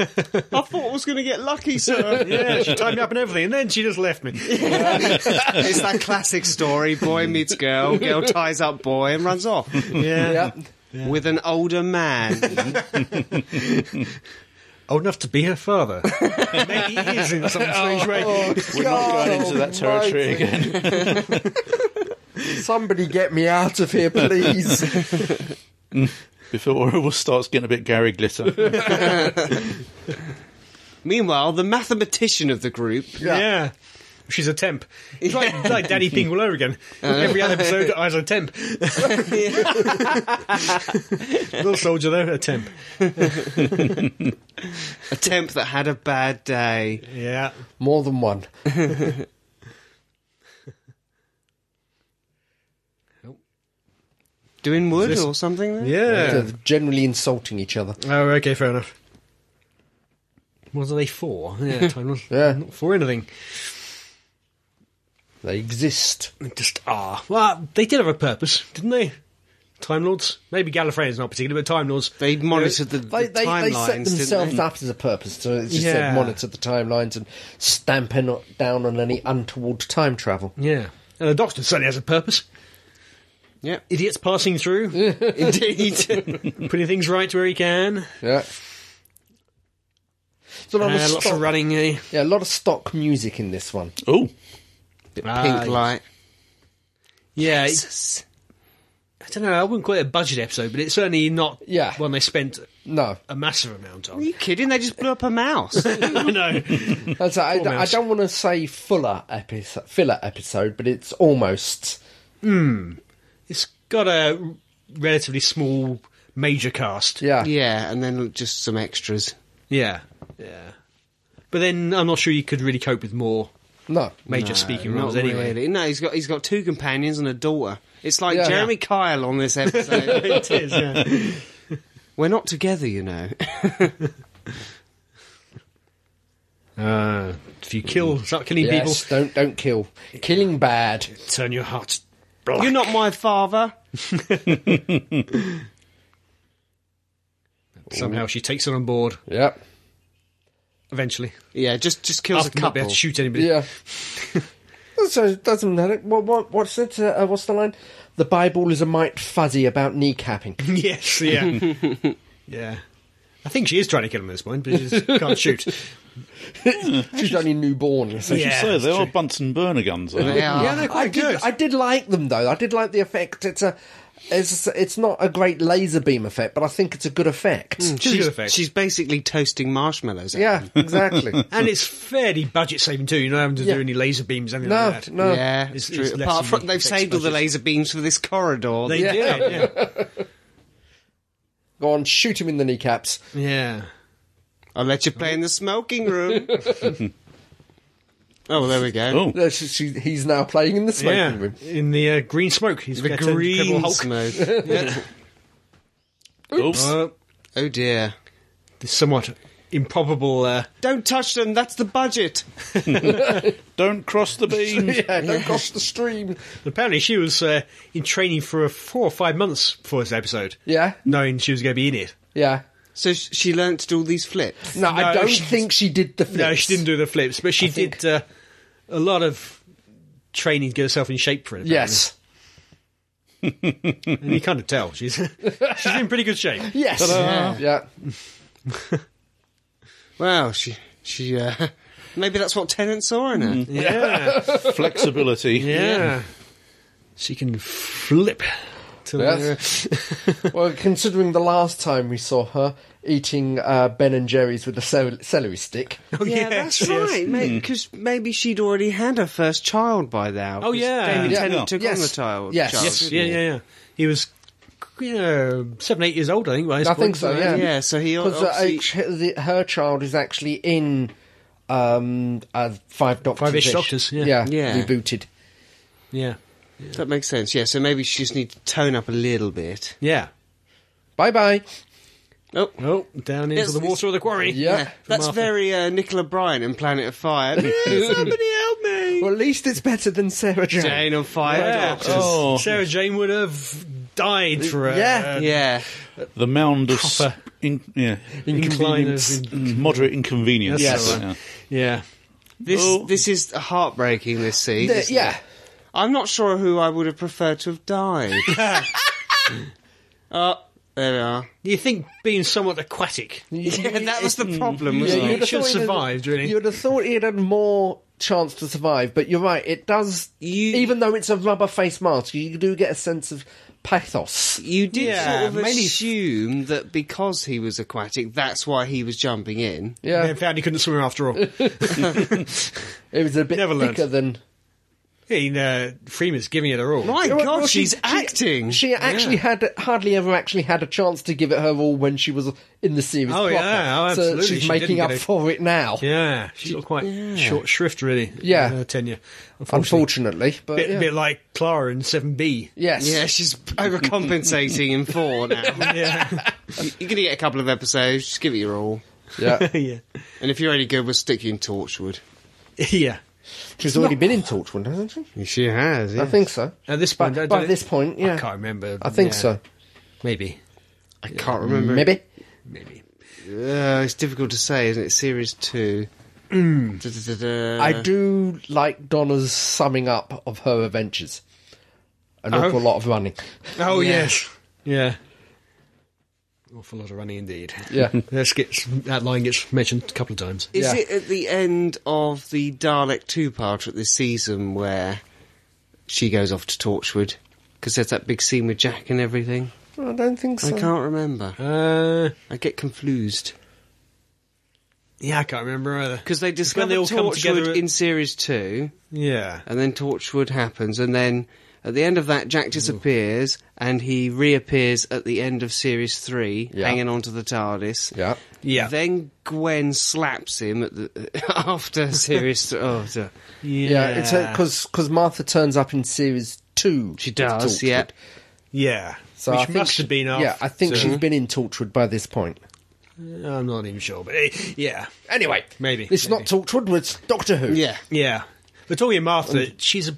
S2: I thought I was going to get lucky, sir.
S3: Yeah, she tied me up and everything, and then she just left me.
S2: it's that classic story: boy meets girl, girl ties up boy and runs off
S3: Yeah.
S5: Yeah,
S2: with an older man.
S3: Old enough to be her father. Maybe he is in some strange way.
S1: We're not going into that territory
S5: Almighty.
S1: again.
S5: somebody get me out of here, please.
S1: Before it all starts getting a bit Gary Glitter.
S2: Meanwhile, the mathematician of the group.
S3: Yeah. She's a temp. It's like, like Danny Pink all over again. Every other episode, I was a temp. Little soldier, though, a temp.
S2: A temp that had a bad day.
S3: Yeah.
S5: More than one.
S2: Doing wood or something? There?
S3: Yeah.
S5: They're generally insulting each other.
S3: Oh, okay, fair enough. What are they for? Yeah, time was
S5: Yeah.
S3: not for anything.
S5: They exist.
S3: They Just ah. Well, they did have a purpose, didn't they? Time Lords. Maybe Gallifreyans not particular, but Time Lords.
S2: They monitored the,
S5: They,
S2: the
S5: they, they
S2: timelines,
S5: set
S2: didn't
S5: themselves
S2: they?
S5: up as a purpose to it's just
S3: Yeah.
S5: said monitor the timelines and stamp in, down on any untoward time travel.
S3: Yeah. And the Doctor certainly has a purpose.
S2: Yep,
S3: Idiots passing through,
S2: indeed.
S3: putting things right where he can.
S5: Yeah. There's a lot,
S3: Uh,
S5: of
S3: lots
S5: stock,
S3: of running. Eh?
S5: yeah, a lot of stock music in this one.
S1: Oh,
S2: Bit
S3: Ah, yes.
S5: Uh,
S2: pink light.
S3: Yeah, it's, I don't know. I wouldn't call it a budget episode, but it's certainly not
S5: Yeah.
S3: one they spent
S5: No,
S3: a massive amount
S2: Are
S3: on.
S2: you kidding? They just blew up a mouse.
S3: no,
S5: That's, I, I
S3: Almost.
S5: don't want to say fuller episode, filler episode, but it's almost.
S3: it's got a relatively small major cast.
S5: Yeah.
S2: yeah, and then just some extras.
S3: yeah, yeah. But then I'm not sure you could really cope with more
S5: No.
S3: major speaking roles
S2: Uh, Not
S3: anyway.
S2: really. No, he's got he's got two companions and a daughter. It's like
S5: Yeah.
S2: Jeremy Kyle on this episode.
S3: it is. Yeah.
S2: We're not together, you know.
S3: Uh, if you kill, start killing
S5: Yes, don't don't kill. Killing bad.
S3: people, turn your heart.
S2: You're not my father.
S3: Somehow she takes it on board.
S5: Yep.
S3: Eventually,
S2: Yeah, just just kills
S3: After
S2: a
S3: not
S2: couple.
S3: being able to shoot anybody.
S5: Yeah. so doesn't matter. What, what what's it? Uh, what's the line? The Bible is a mite fuzzy about kneecapping.
S3: yes, yeah, yeah. I think she is trying to kill him at this point, but she just can't shoot.
S5: She's only newborn. You see.
S1: As you
S3: Yeah,
S1: say,
S3: that's
S1: they are
S3: true.
S1: Bunsen burner guns. Aren't they?
S2: They are.
S3: Yeah, they're quite
S5: I
S3: good.
S5: did, I did like them though. I did like the effect. It's a, it's it's not a great laser beam effect, but I think it's a good effect.
S3: She's a good
S2: she's,
S3: effect.
S2: she's basically toasting marshmallows. at
S5: Yeah,
S2: them.
S5: exactly.
S3: and it's fairly budget saving too. You're not having to
S5: Yeah.
S3: do any laser beams, anything
S5: No,
S3: like that.
S5: no.
S2: yeah, it's,
S3: It's-
S2: true.
S3: it's less
S2: Apart
S3: than
S2: from
S3: the
S2: they've saved all the
S3: budget.
S2: laser beams for this corridor.
S3: They
S5: Yeah.
S3: did, yeah,
S5: Go on, shoot him in the kneecaps.
S3: yeah.
S2: I'll let you play in the smoking room. oh, there we go.
S1: Oh,
S5: No, she, she, he's now playing in the smoking
S3: yeah.
S5: room.
S3: In the uh, green smoke, he's
S2: the
S3: got turned into Incredible
S2: green
S3: Hulk.
S2: smoke.
S1: oops.
S3: Uh,
S2: oh dear.
S3: this somewhat improbable. Uh,
S2: Don't touch them. That's the budget.
S1: Don't cross the beam.
S5: Yeah, don't cross the stream.
S3: apparently, she was uh, in training for uh, four or five months for this episode,
S5: Yeah,
S3: knowing she was going to be in it.
S5: yeah.
S2: So sh- she learnt to do all these flips.
S5: No, I
S3: No,
S5: don't
S3: she-
S5: think she did the. Flips.
S3: No, she didn't do the flips, but she
S5: I think-
S3: did uh, a lot of training to get herself in shape for it. apparently.
S5: Yes,
S3: and you kind of tell she's she's in pretty good shape.
S5: yes.
S2: Ta-da.
S5: Yeah.
S2: Well, she she uh, maybe that's what Tennant saw in her.
S3: Yeah,
S1: Flexibility.
S3: yeah. She can flip. To
S5: Yes. well, considering the last time we saw her eating uh, Ben and Jerry's with a cel- celery stick.
S3: Oh,
S2: Yeah, Hmm.
S3: yes,
S2: that's
S3: yes.
S2: right. Because maybe she'd already had her first child by now. 'cause
S3: Oh, yeah.
S2: David
S5: Yeah.
S2: Tennant
S1: Yeah.
S2: took on
S5: Yes.
S2: the child.
S5: Yes.
S2: child,
S5: Yes,
S2: didn't
S3: Yeah,
S2: he?
S3: yeah, yeah. He was, you know, seven, eight years old, I think. By this
S5: I
S3: point.
S5: think so. Yeah.
S2: Yeah, so he
S3: uh,
S5: Because
S2: obviously-
S5: her child is actually in um, uh, Five Doctors.
S3: Five-ish Doctors, yeah.
S5: yeah.
S2: Yeah.
S5: Rebooted.
S3: yeah,
S2: That makes sense. Yeah, so maybe she just needs to tone up a little bit.
S3: yeah.
S5: Bye bye.
S2: Oh.
S3: Oh, down into
S2: It's-
S3: the water of the quarry.
S5: Yeah.
S2: That's
S3: Martha.
S2: very uh, Nicola Bryan in Planet of Fire. Somebody help me!
S5: Well, at least it's better than Sarah Jane.
S2: Jane on Fire
S3: Yeah.
S2: Doctors.
S1: Oh.
S3: Sarah Jane would have died for a
S5: Yeah.
S2: Yeah,
S1: The mound of s-
S3: Proper.
S1: in, yeah, Mm,
S3: incline. of-
S1: moderate inconvenience.
S5: Yes.
S1: Yeah.
S3: yeah.
S2: this
S1: Oh.
S2: this is heartbreaking. This scene.
S5: The-
S2: isn't it?
S5: yeah.
S2: I'm not sure who I would have preferred to have died. oh, there we are.
S3: You think being somewhat aquatic,
S2: Yeah, that was the problem,
S5: Yeah,
S2: wasn't
S3: you
S2: it?
S3: It should
S5: thought he'd-
S3: survived, really.
S5: You'd have thought he'd had more chance to survive, but you're right. It does.
S2: You-
S5: even though it's a rubber face mask, you do get a sense of pathos.
S2: You did
S3: Yeah,
S2: sort of
S3: mainly-
S2: assume that because he was aquatic, that's why he was jumping in.
S5: Yeah,
S3: then found he couldn't swim after all.
S5: it was a bit
S3: Never learned.
S5: thicker than.
S3: he, uh, Freeman's giving it her all.
S2: My
S5: Well,
S2: God,
S5: well, she-
S2: she's
S5: she-
S2: acting.
S5: She actually had hardly ever actually had a chance to give it her all when she was in the series.
S3: Oh,
S5: proper.
S3: yeah, oh,
S5: so
S3: absolutely,
S5: she's
S3: she
S5: making
S3: didn't
S5: up
S3: get a-
S5: for it now.
S3: Yeah, she looked quite short shrift, really.
S5: Yeah.
S3: in her tenure. Unfortunately,
S5: Unfortunately, but
S3: bit,
S5: yeah.
S3: bit like Clara in Seven B.
S5: yes,
S2: Yeah, she's overcompensating in four now.
S3: Yeah,
S2: You- You're going to get a couple of episodes. Just give it your all.
S5: yeah.
S3: yeah,
S2: And if you're any good, we'll stick you in Torchwood.
S3: yeah.
S5: She's already been in Torchwood, hasn't she?
S2: She has. Yeah.
S5: I think so.
S3: At this
S5: By,
S3: point, I
S5: by
S3: don't-
S5: this point, yeah,
S3: I can't remember.
S5: I think
S3: Yeah,
S5: so.
S3: Maybe,
S2: I can't remember.
S5: Maybe.
S3: maybe.
S2: Uh, it's difficult to say, isn't it? Series two. Da-da-da-da.
S5: I do like Donna's summing up of her adventures. An awful lot of running.
S3: Oh
S2: Yeah.
S3: yes, yeah. Awful lot of running indeed.
S5: Yeah.
S3: This gets, that line gets mentioned a couple of times.
S2: Is
S5: Yeah.
S2: it at the end of the Dalek two part of this season where she goes off to Torchwood? Because there's that big scene with Jack and everything.
S5: I don't think so.
S2: I can't remember.
S3: Uh,
S2: I get confused.
S3: yeah, I can't remember either.
S2: Because they
S3: when
S2: discover
S3: they all come together
S2: Torchwood
S3: at-
S2: in series two,
S3: Yeah,
S2: and then Torchwood happens, and then at the end of that, Jack disappears, and he reappears at the end of series three,
S5: Yeah.
S2: hanging onto the TARDIS.
S5: Yeah.
S3: yeah,
S2: Then Gwen slaps him at the, after series three. Oh, so-
S5: Yeah, it's because because Martha turns up in series two.
S2: she
S5: of
S2: does,
S5: Torchwood.
S2: yeah.
S3: yeah.
S5: So
S3: Which
S5: I think
S3: must
S5: she-
S3: have been after.
S5: Yeah, I think
S3: so-
S5: she's been in Torchwood by this point.
S3: I'm not even sure, but eh, yeah,
S5: Anyway,
S3: Maybe,
S5: It's
S3: maybe.
S5: not Torchwood, it's Doctor Who.
S2: Yeah.
S3: yeah. Latoya Martha, she's a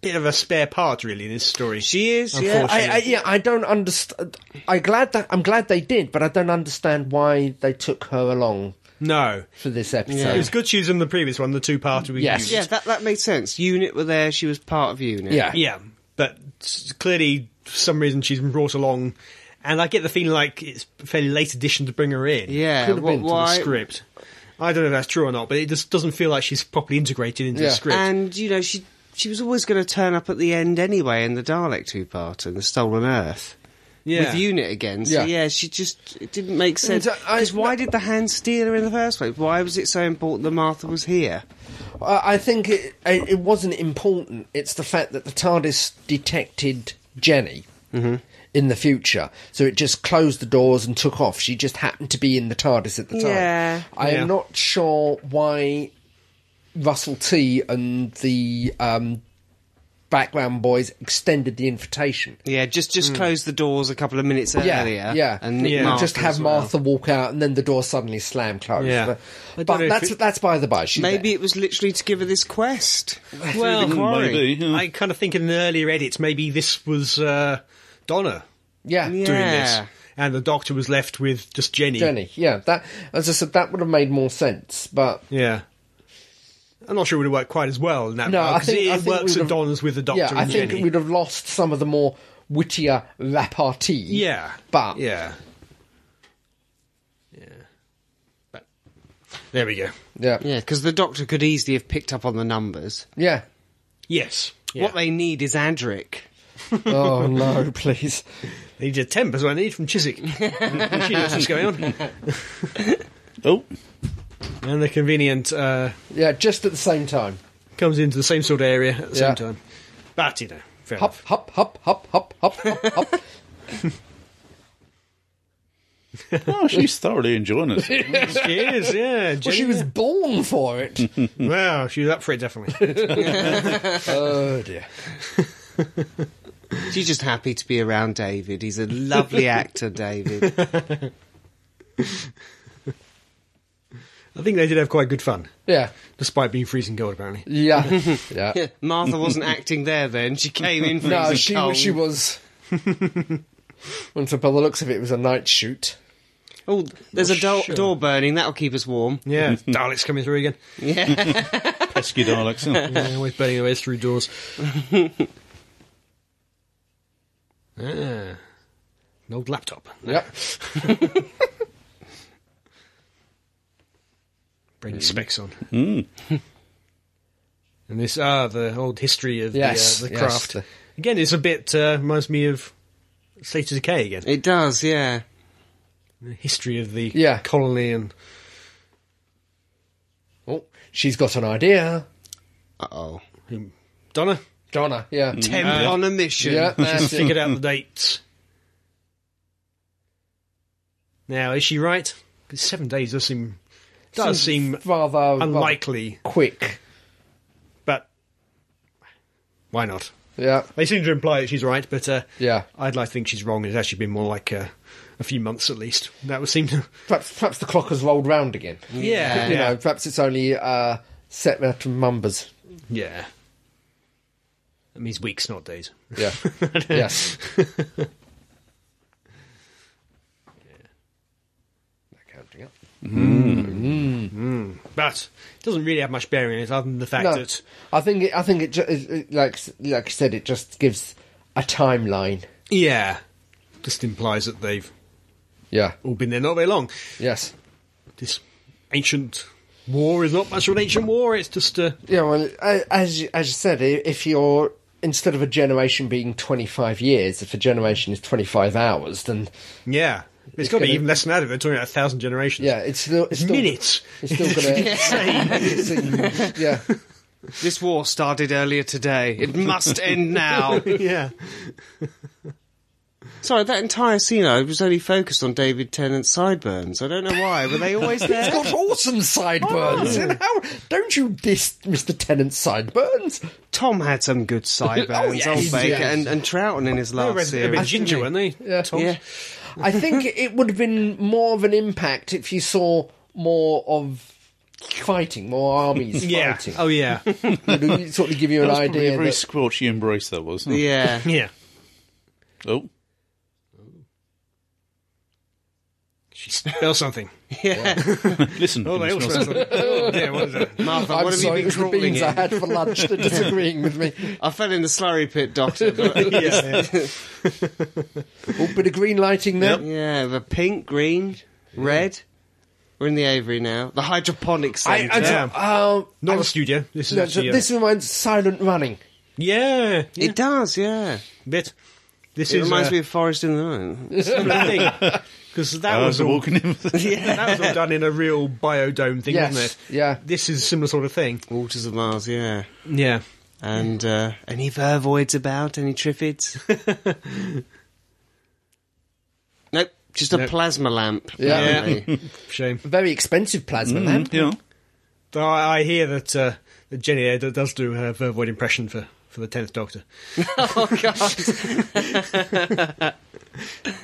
S3: bit of a spare part, really, in this story.
S2: She is, yeah.
S3: Unfortunately.
S5: I, I, yeah, I don't understand. I glad that I'm glad they did, but I don't understand why they took her along
S3: no,
S5: for this
S3: it
S5: episode.
S3: was good she was in the previous one, the two-parter. we
S5: Yes.
S3: used.
S2: Yeah, that, that made sense. Unit were there, she was part of Unit.
S5: Yeah,
S3: Yeah, but s- clearly, for some reason, she's been brought along, and I get the feeling like it's a fairly late addition to bring her in.
S2: Yeah,
S5: Could have
S2: wh-
S5: been
S3: to
S5: to the
S3: the
S2: why?
S3: script. I don't know if that's true or not, but it just doesn't feel like she's properly integrated into the
S5: Yeah.
S3: script.
S2: And, you know, she she was always going to turn up at the end anyway in the Dalek two-parter, in the Stolen Earth.
S3: yeah,
S2: With Unit again. So,
S5: Yeah.
S2: yeah, she just, it didn't make sense.
S5: so I-
S2: Because why did the hand steal her in the first place? Why was it so important that Martha was here?
S5: I I think it, it it wasn't important. It's the fact that the TARDIS detected Jenny
S2: Mm-hmm.
S5: in the future, so it just closed the doors and took off. She just happened to be in the TARDIS at the time.
S2: Yeah.
S5: I am
S3: Yeah.
S5: not sure why Russell T and the um, background boys extended the invitation.
S2: Yeah, just just close the doors a couple of minutes earlier.
S5: Hmm. yeah.
S2: and Nick
S3: Yeah.
S2: Martha
S5: Just have
S2: as well.
S5: Martha walk out, and then the door suddenly slam closed.
S3: Yeah.
S5: But-
S3: I don't
S5: But
S3: know if
S5: that's
S3: it-
S5: that's by the by. She's
S2: Maybe it was literally to give her this quest.
S3: well,
S1: Mm,
S2: quarry.
S1: Maybe. yeah.
S3: I kind of think in an earlier edit, maybe this was uh, Donna
S5: there. yeah.
S2: Yeah.
S3: doing this, and the Doctor was left with just Jenny.
S5: Jenny. Yeah, that as I said, that would have made more sense. But
S3: Yeah. I'm not sure it would have worked quite as well in that
S5: no,
S3: regard,
S5: I
S3: 'cause
S5: think
S3: Um, uh, it,
S5: I
S3: it
S5: think
S3: works
S5: we'd
S3: at
S5: have-
S3: Donna's with the Doctor
S5: Yeah, I
S3: and
S5: think
S3: Jenny.
S5: we'd have lost some of the more wittier repartee.
S3: Yeah.
S5: but
S3: Yeah. Yeah. But there we go.
S5: yeah, yeah.
S2: Yeah, because the Doctor could easily have picked up on the numbers.
S3: Yes.
S2: What they need is Adric.
S5: oh no, please.
S3: They need a temp is what I need from Chiswick. she knows what's going on.
S1: Oh,
S3: And the convenient uh,
S5: Yeah, just at the same time.
S3: comes into the same sort of area at the same
S5: Yeah.
S3: time. But you know, fair
S5: Hop,
S3: enough.
S5: hop, hop, hop, hop, hop, hop, hop.
S1: oh, she's thoroughly enjoying it.
S3: She is, yeah.
S5: Well, she was born for it.
S3: well, she was up for it definitely.
S5: oh dear.
S2: She's just happy to be around David. He's a lovely actor, David.
S3: I think they did have quite good fun,
S5: Yeah,
S3: despite being freezing cold apparently.
S5: yeah, yeah.
S2: Martha wasn't acting there then. She came in.
S5: no,
S2: freezing
S5: she
S2: cold.
S5: she was. and for by the looks of it, it was a night shoot.
S2: Oh, there's a do-
S3: Sure.
S2: door burning. That'll keep us warm.
S3: Yeah, Daleks coming through again.
S2: Yeah.
S1: Pesky Daleks. huh?
S3: Yeah, always burning their ways through doors. ah, an old laptop.
S5: Yep.
S3: uh, Bring
S5: Mm.
S3: the specs on. and this, ah, the old history of
S5: Yes,
S3: the, uh, the
S5: yes,
S3: craft.
S5: the-
S3: Again, it's a bit, uh, reminds me of State of Decay again.
S2: It does, yeah.
S3: The history of the
S5: Yeah.
S3: colony and...
S5: Oh, she's got an idea.
S2: Uh oh.
S3: Donna,
S5: Donna, yeah.
S3: Mm.
S2: Temp Uh, on a mission.
S5: Yeah, that's it.
S3: figured out the dates. Now, is she right? 'Cause seven days does seem... Does seem
S5: rather rather
S3: unlikely,
S5: quick.
S3: but why not?
S5: Yeah,
S3: They seem to imply that she's right, but uh,
S5: yeah.
S3: I'd like to think she's wrong. It's actually been more like uh, a few months at least. That would seem to.
S5: Perhaps, perhaps the clock has rolled round again.
S3: Yeah.
S5: You
S3: Yeah.
S5: know, perhaps it's only uh, set amount of numbers.
S3: Yeah. That means weeks, not days.
S5: Yeah. yes. Not counting up.
S3: But it doesn't really have much bearing on it other than the fact
S5: No,
S3: that.
S5: I think it, I think it, ju- it, it like like I said, it just gives a timeline.
S3: Yeah. Just implies that they've
S5: Yeah.
S3: all been there not very long.
S5: Yes.
S3: This ancient war is not much of an ancient war, it's just a.
S5: Yeah. Well, a- as you- as you said, i- if you're instead of a generation being 25 years, if a generation is 25 hours, then
S3: Yeah. It's got to be
S5: gonna-
S3: even less than that if we're talking about a thousand generations.
S5: yeah, it's still it's still,
S3: Minutes.
S5: It's still gonna yeah.
S2: This war started earlier today. It must end now.
S3: yeah.
S2: Sorry, that entire scene I was only focused on David Tennant's sideburns. I don't know why. Were they always
S5: He's
S2: there?
S5: got awesome sideburns.
S2: Oh.
S5: And how don't you diss Mr. Tennant's sideburns?
S2: Tom had some good sideburns,
S5: yes.
S2: old Baker,
S5: Yes.
S2: and, and Trouton in his last
S3: They're a bit
S2: series.
S3: ginger, weren't they?
S5: Yeah.
S3: Tom?
S2: Yeah.
S5: I think it would have been more of an impact if you saw more of fighting, more armies
S3: Yeah.
S5: fighting.
S3: Oh yeah.
S5: It would sort of give you an
S1: That's probably
S5: idea.
S1: a very
S5: that-
S1: squelchy embrace that was. huh?
S2: Yeah.
S3: yeah.
S1: Oh,
S3: She spelled something.
S2: Yeah.
S1: listen.
S3: Oh,
S1: you
S3: they
S1: can
S3: all
S1: smell
S3: spelled something. yeah. What is that?
S2: Martha,
S5: I'm
S2: what have
S5: sorry,
S2: you been
S5: it was the
S2: crawling
S5: beans I
S2: in?
S5: had for lunch that disagreeing with me.
S2: I fell in the slurry pit, Doctor. but-
S3: Yeah. yeah.
S5: Oh, bit of green lighting there.
S2: yeah, the pink, green, red. We're in the Avery now. The hydroponic
S5: I, I,
S2: centre.
S3: Yeah.
S5: uh,
S3: Not
S5: I-
S3: a studio. This is
S5: no,
S3: actually a-
S5: this reminds silent running.
S3: yeah. yeah.
S2: It does, yeah.
S3: bit. This
S2: It
S3: is
S2: reminds
S3: uh,
S2: me of Forest in the Night.
S3: because that
S1: Uh,
S3: was
S1: the
S3: all
S1: walking in.
S3: that was all done in a real biodome thing,
S5: Yes,
S3: wasn't it?
S5: yeah.
S3: This is a similar sort of thing.
S2: Waters of Mars, yeah.
S3: Yeah.
S2: And uh, any vervoids about? Any triffids? nope, just a
S3: Nope.
S2: plasma lamp.
S5: Yeah.
S2: apparently.
S3: Shame.
S5: Very expensive plasma
S3: Mm-hmm.
S5: lamp.
S1: Mm, yeah.
S3: Though I, I hear that, uh, that Jenny there does do her Vervoid impression for, for the Tenth Doctor.
S2: oh, God.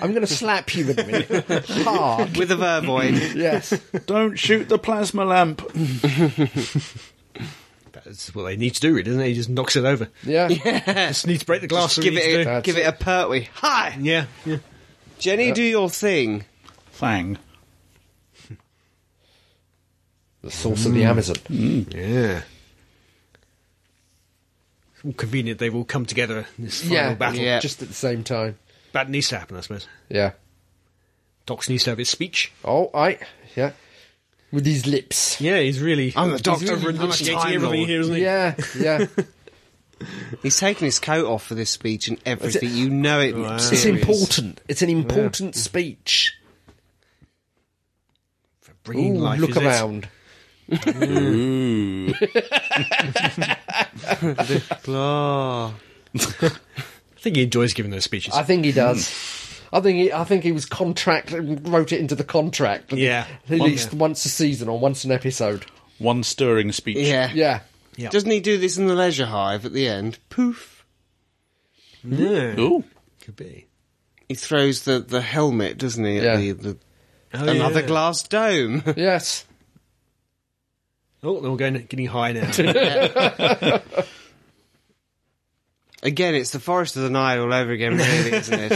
S5: I'm going to slap you in a minute. Hard.
S2: With a vervoid.
S5: Yes.
S1: Don't shoot the plasma lamp.
S3: That's what they need to do, really, doesn't it? He just knocks it over.
S5: Yeah.
S3: Just needs to break the glass.
S2: Just give
S3: really
S2: it,
S3: to
S2: a,
S5: That's
S2: give it a pertwee.
S3: do.
S2: Hi!
S3: Yeah. yeah.
S2: Jenny, do your thing.
S1: Fang.
S5: The source of the
S3: Mm.
S5: Amazon.
S3: Yeah. It's all convenient they've all come together in this final
S5: Yeah.
S3: battle.
S2: Yeah.
S5: Just at the same time.
S3: That needs to happen, I suppose.
S5: Yeah.
S3: Docs needs to have his speech.
S5: Oh, I. Yeah. With his lips.
S3: Yeah, he's really.
S2: I'm the Doctor.
S3: He's really
S2: I'm a
S3: enunciating
S2: Time
S3: everything
S2: Lord.
S3: here, isn't he?
S5: Yeah. Yeah.
S2: He's taken his coat off for this speech and everything. You know it.
S5: it's
S2: serious.
S5: important. It's an important speech.
S3: For
S5: Ooh,
S3: bringing life
S5: look
S3: is it.
S5: around.
S1: Ooh.
S2: Oh.
S3: I think he enjoys giving those speeches.
S5: I think he does. I think he, I think he was contract wrote it into the contract.
S3: Yeah.
S5: At
S3: One-
S5: least once a season or once an episode.
S1: One stirring speech.
S2: Yeah.
S5: Yeah.
S3: yeah.
S2: Doesn't he do this in the leisure hive at the end? Poof.
S3: yeah.
S1: Ooh.
S3: Could be.
S2: He throws the, the helmet, doesn't he? at
S5: Yeah.
S2: The, the,
S3: Oh,
S2: another
S3: yeah.
S2: glass dome.
S5: Yes.
S3: Oh, they're all going getting high now.
S2: Again, it's the Forest of the Nile all over again, really, isn't it?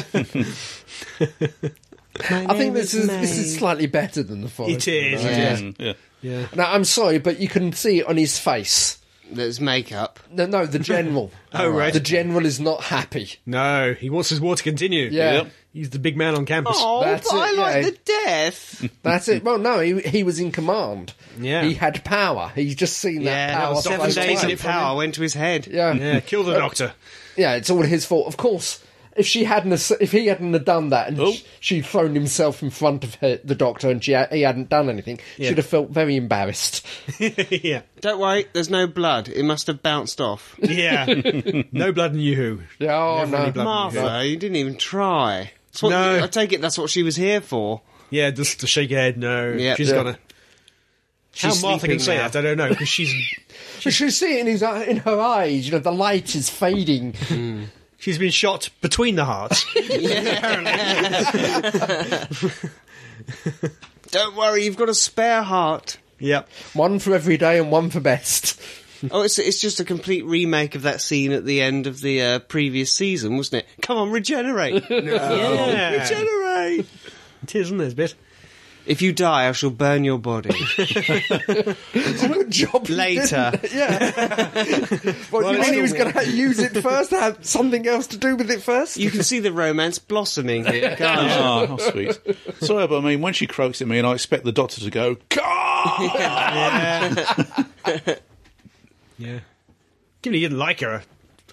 S5: I think this is this is slightly better than the forest.
S3: it is.
S2: Yeah.
S3: Yeah.
S1: Mm, yeah.
S3: yeah.
S5: Now I'm sorry, but you can see it on his face.
S2: There's makeup.
S5: No, no, the general.
S3: Oh, right.
S5: The general is not happy.
S3: No, he wants his war to continue.
S5: Yeah,
S1: Yep.
S3: He's the big man on campus.
S2: Oh,
S5: That's
S2: but
S5: it,
S2: I like
S5: yeah.
S2: the death.
S5: that's it. Well, no, he, he was in command.
S3: Yeah.
S5: he had power. He's just seen that
S2: yeah, that
S5: power.
S2: was seven
S5: flow
S2: days
S5: away.
S2: of power went to his head.
S5: Yeah. yeah,
S3: Yeah, kill the doctor.
S5: It's all his fault, of course. If she hadn't, have- if he hadn't have done that, and
S1: Oh.
S5: sh she'd thrown himself in front of her, the doctor, and she, ha- he hadn't done anything, she'd have felt very embarrassed.
S3: yeah.
S2: Don't worry, there's no blood. It must have bounced off.
S3: Yeah. no blood in you who.
S5: Yeah, oh
S3: Never really
S5: no,
S3: blamed
S2: Martha, you didn't even try. It's what-
S3: No.
S2: I take it that's what she was here for.
S3: Yeah, just to shake her head, no.
S2: Yeah.
S3: she's
S2: Yeah.
S3: gonna
S2: She's
S3: How Martha
S2: sleeping
S3: can say
S2: now.
S3: that, I don't know, because she's
S5: you should see it in his uh, in her eyes. You know, the light is fading.
S3: she's been shot between the hearts.
S2: Don't worry, you've got a spare heart.
S3: yep.
S5: one for every day and one for best.
S2: Oh, it's it's just a complete remake of that scene at the end of the uh, previous season, wasn't it? Come on, regenerate,
S3: Yeah.
S2: Oh. regenerate.
S3: It is, isn't it, a bit?
S2: If you die, I shall burn your body.
S5: Good job. he
S2: Later.
S5: didn't. yeah. well, you mean he was going to use it first? Have something else to do with it first?
S2: you can see the romance blossoming here, can't you?
S1: Oh, how sweet. Sorry, but I mean, when she croaks at me, and I expect the doctor to go, "Caw!"
S3: Yeah. Given he didn't like her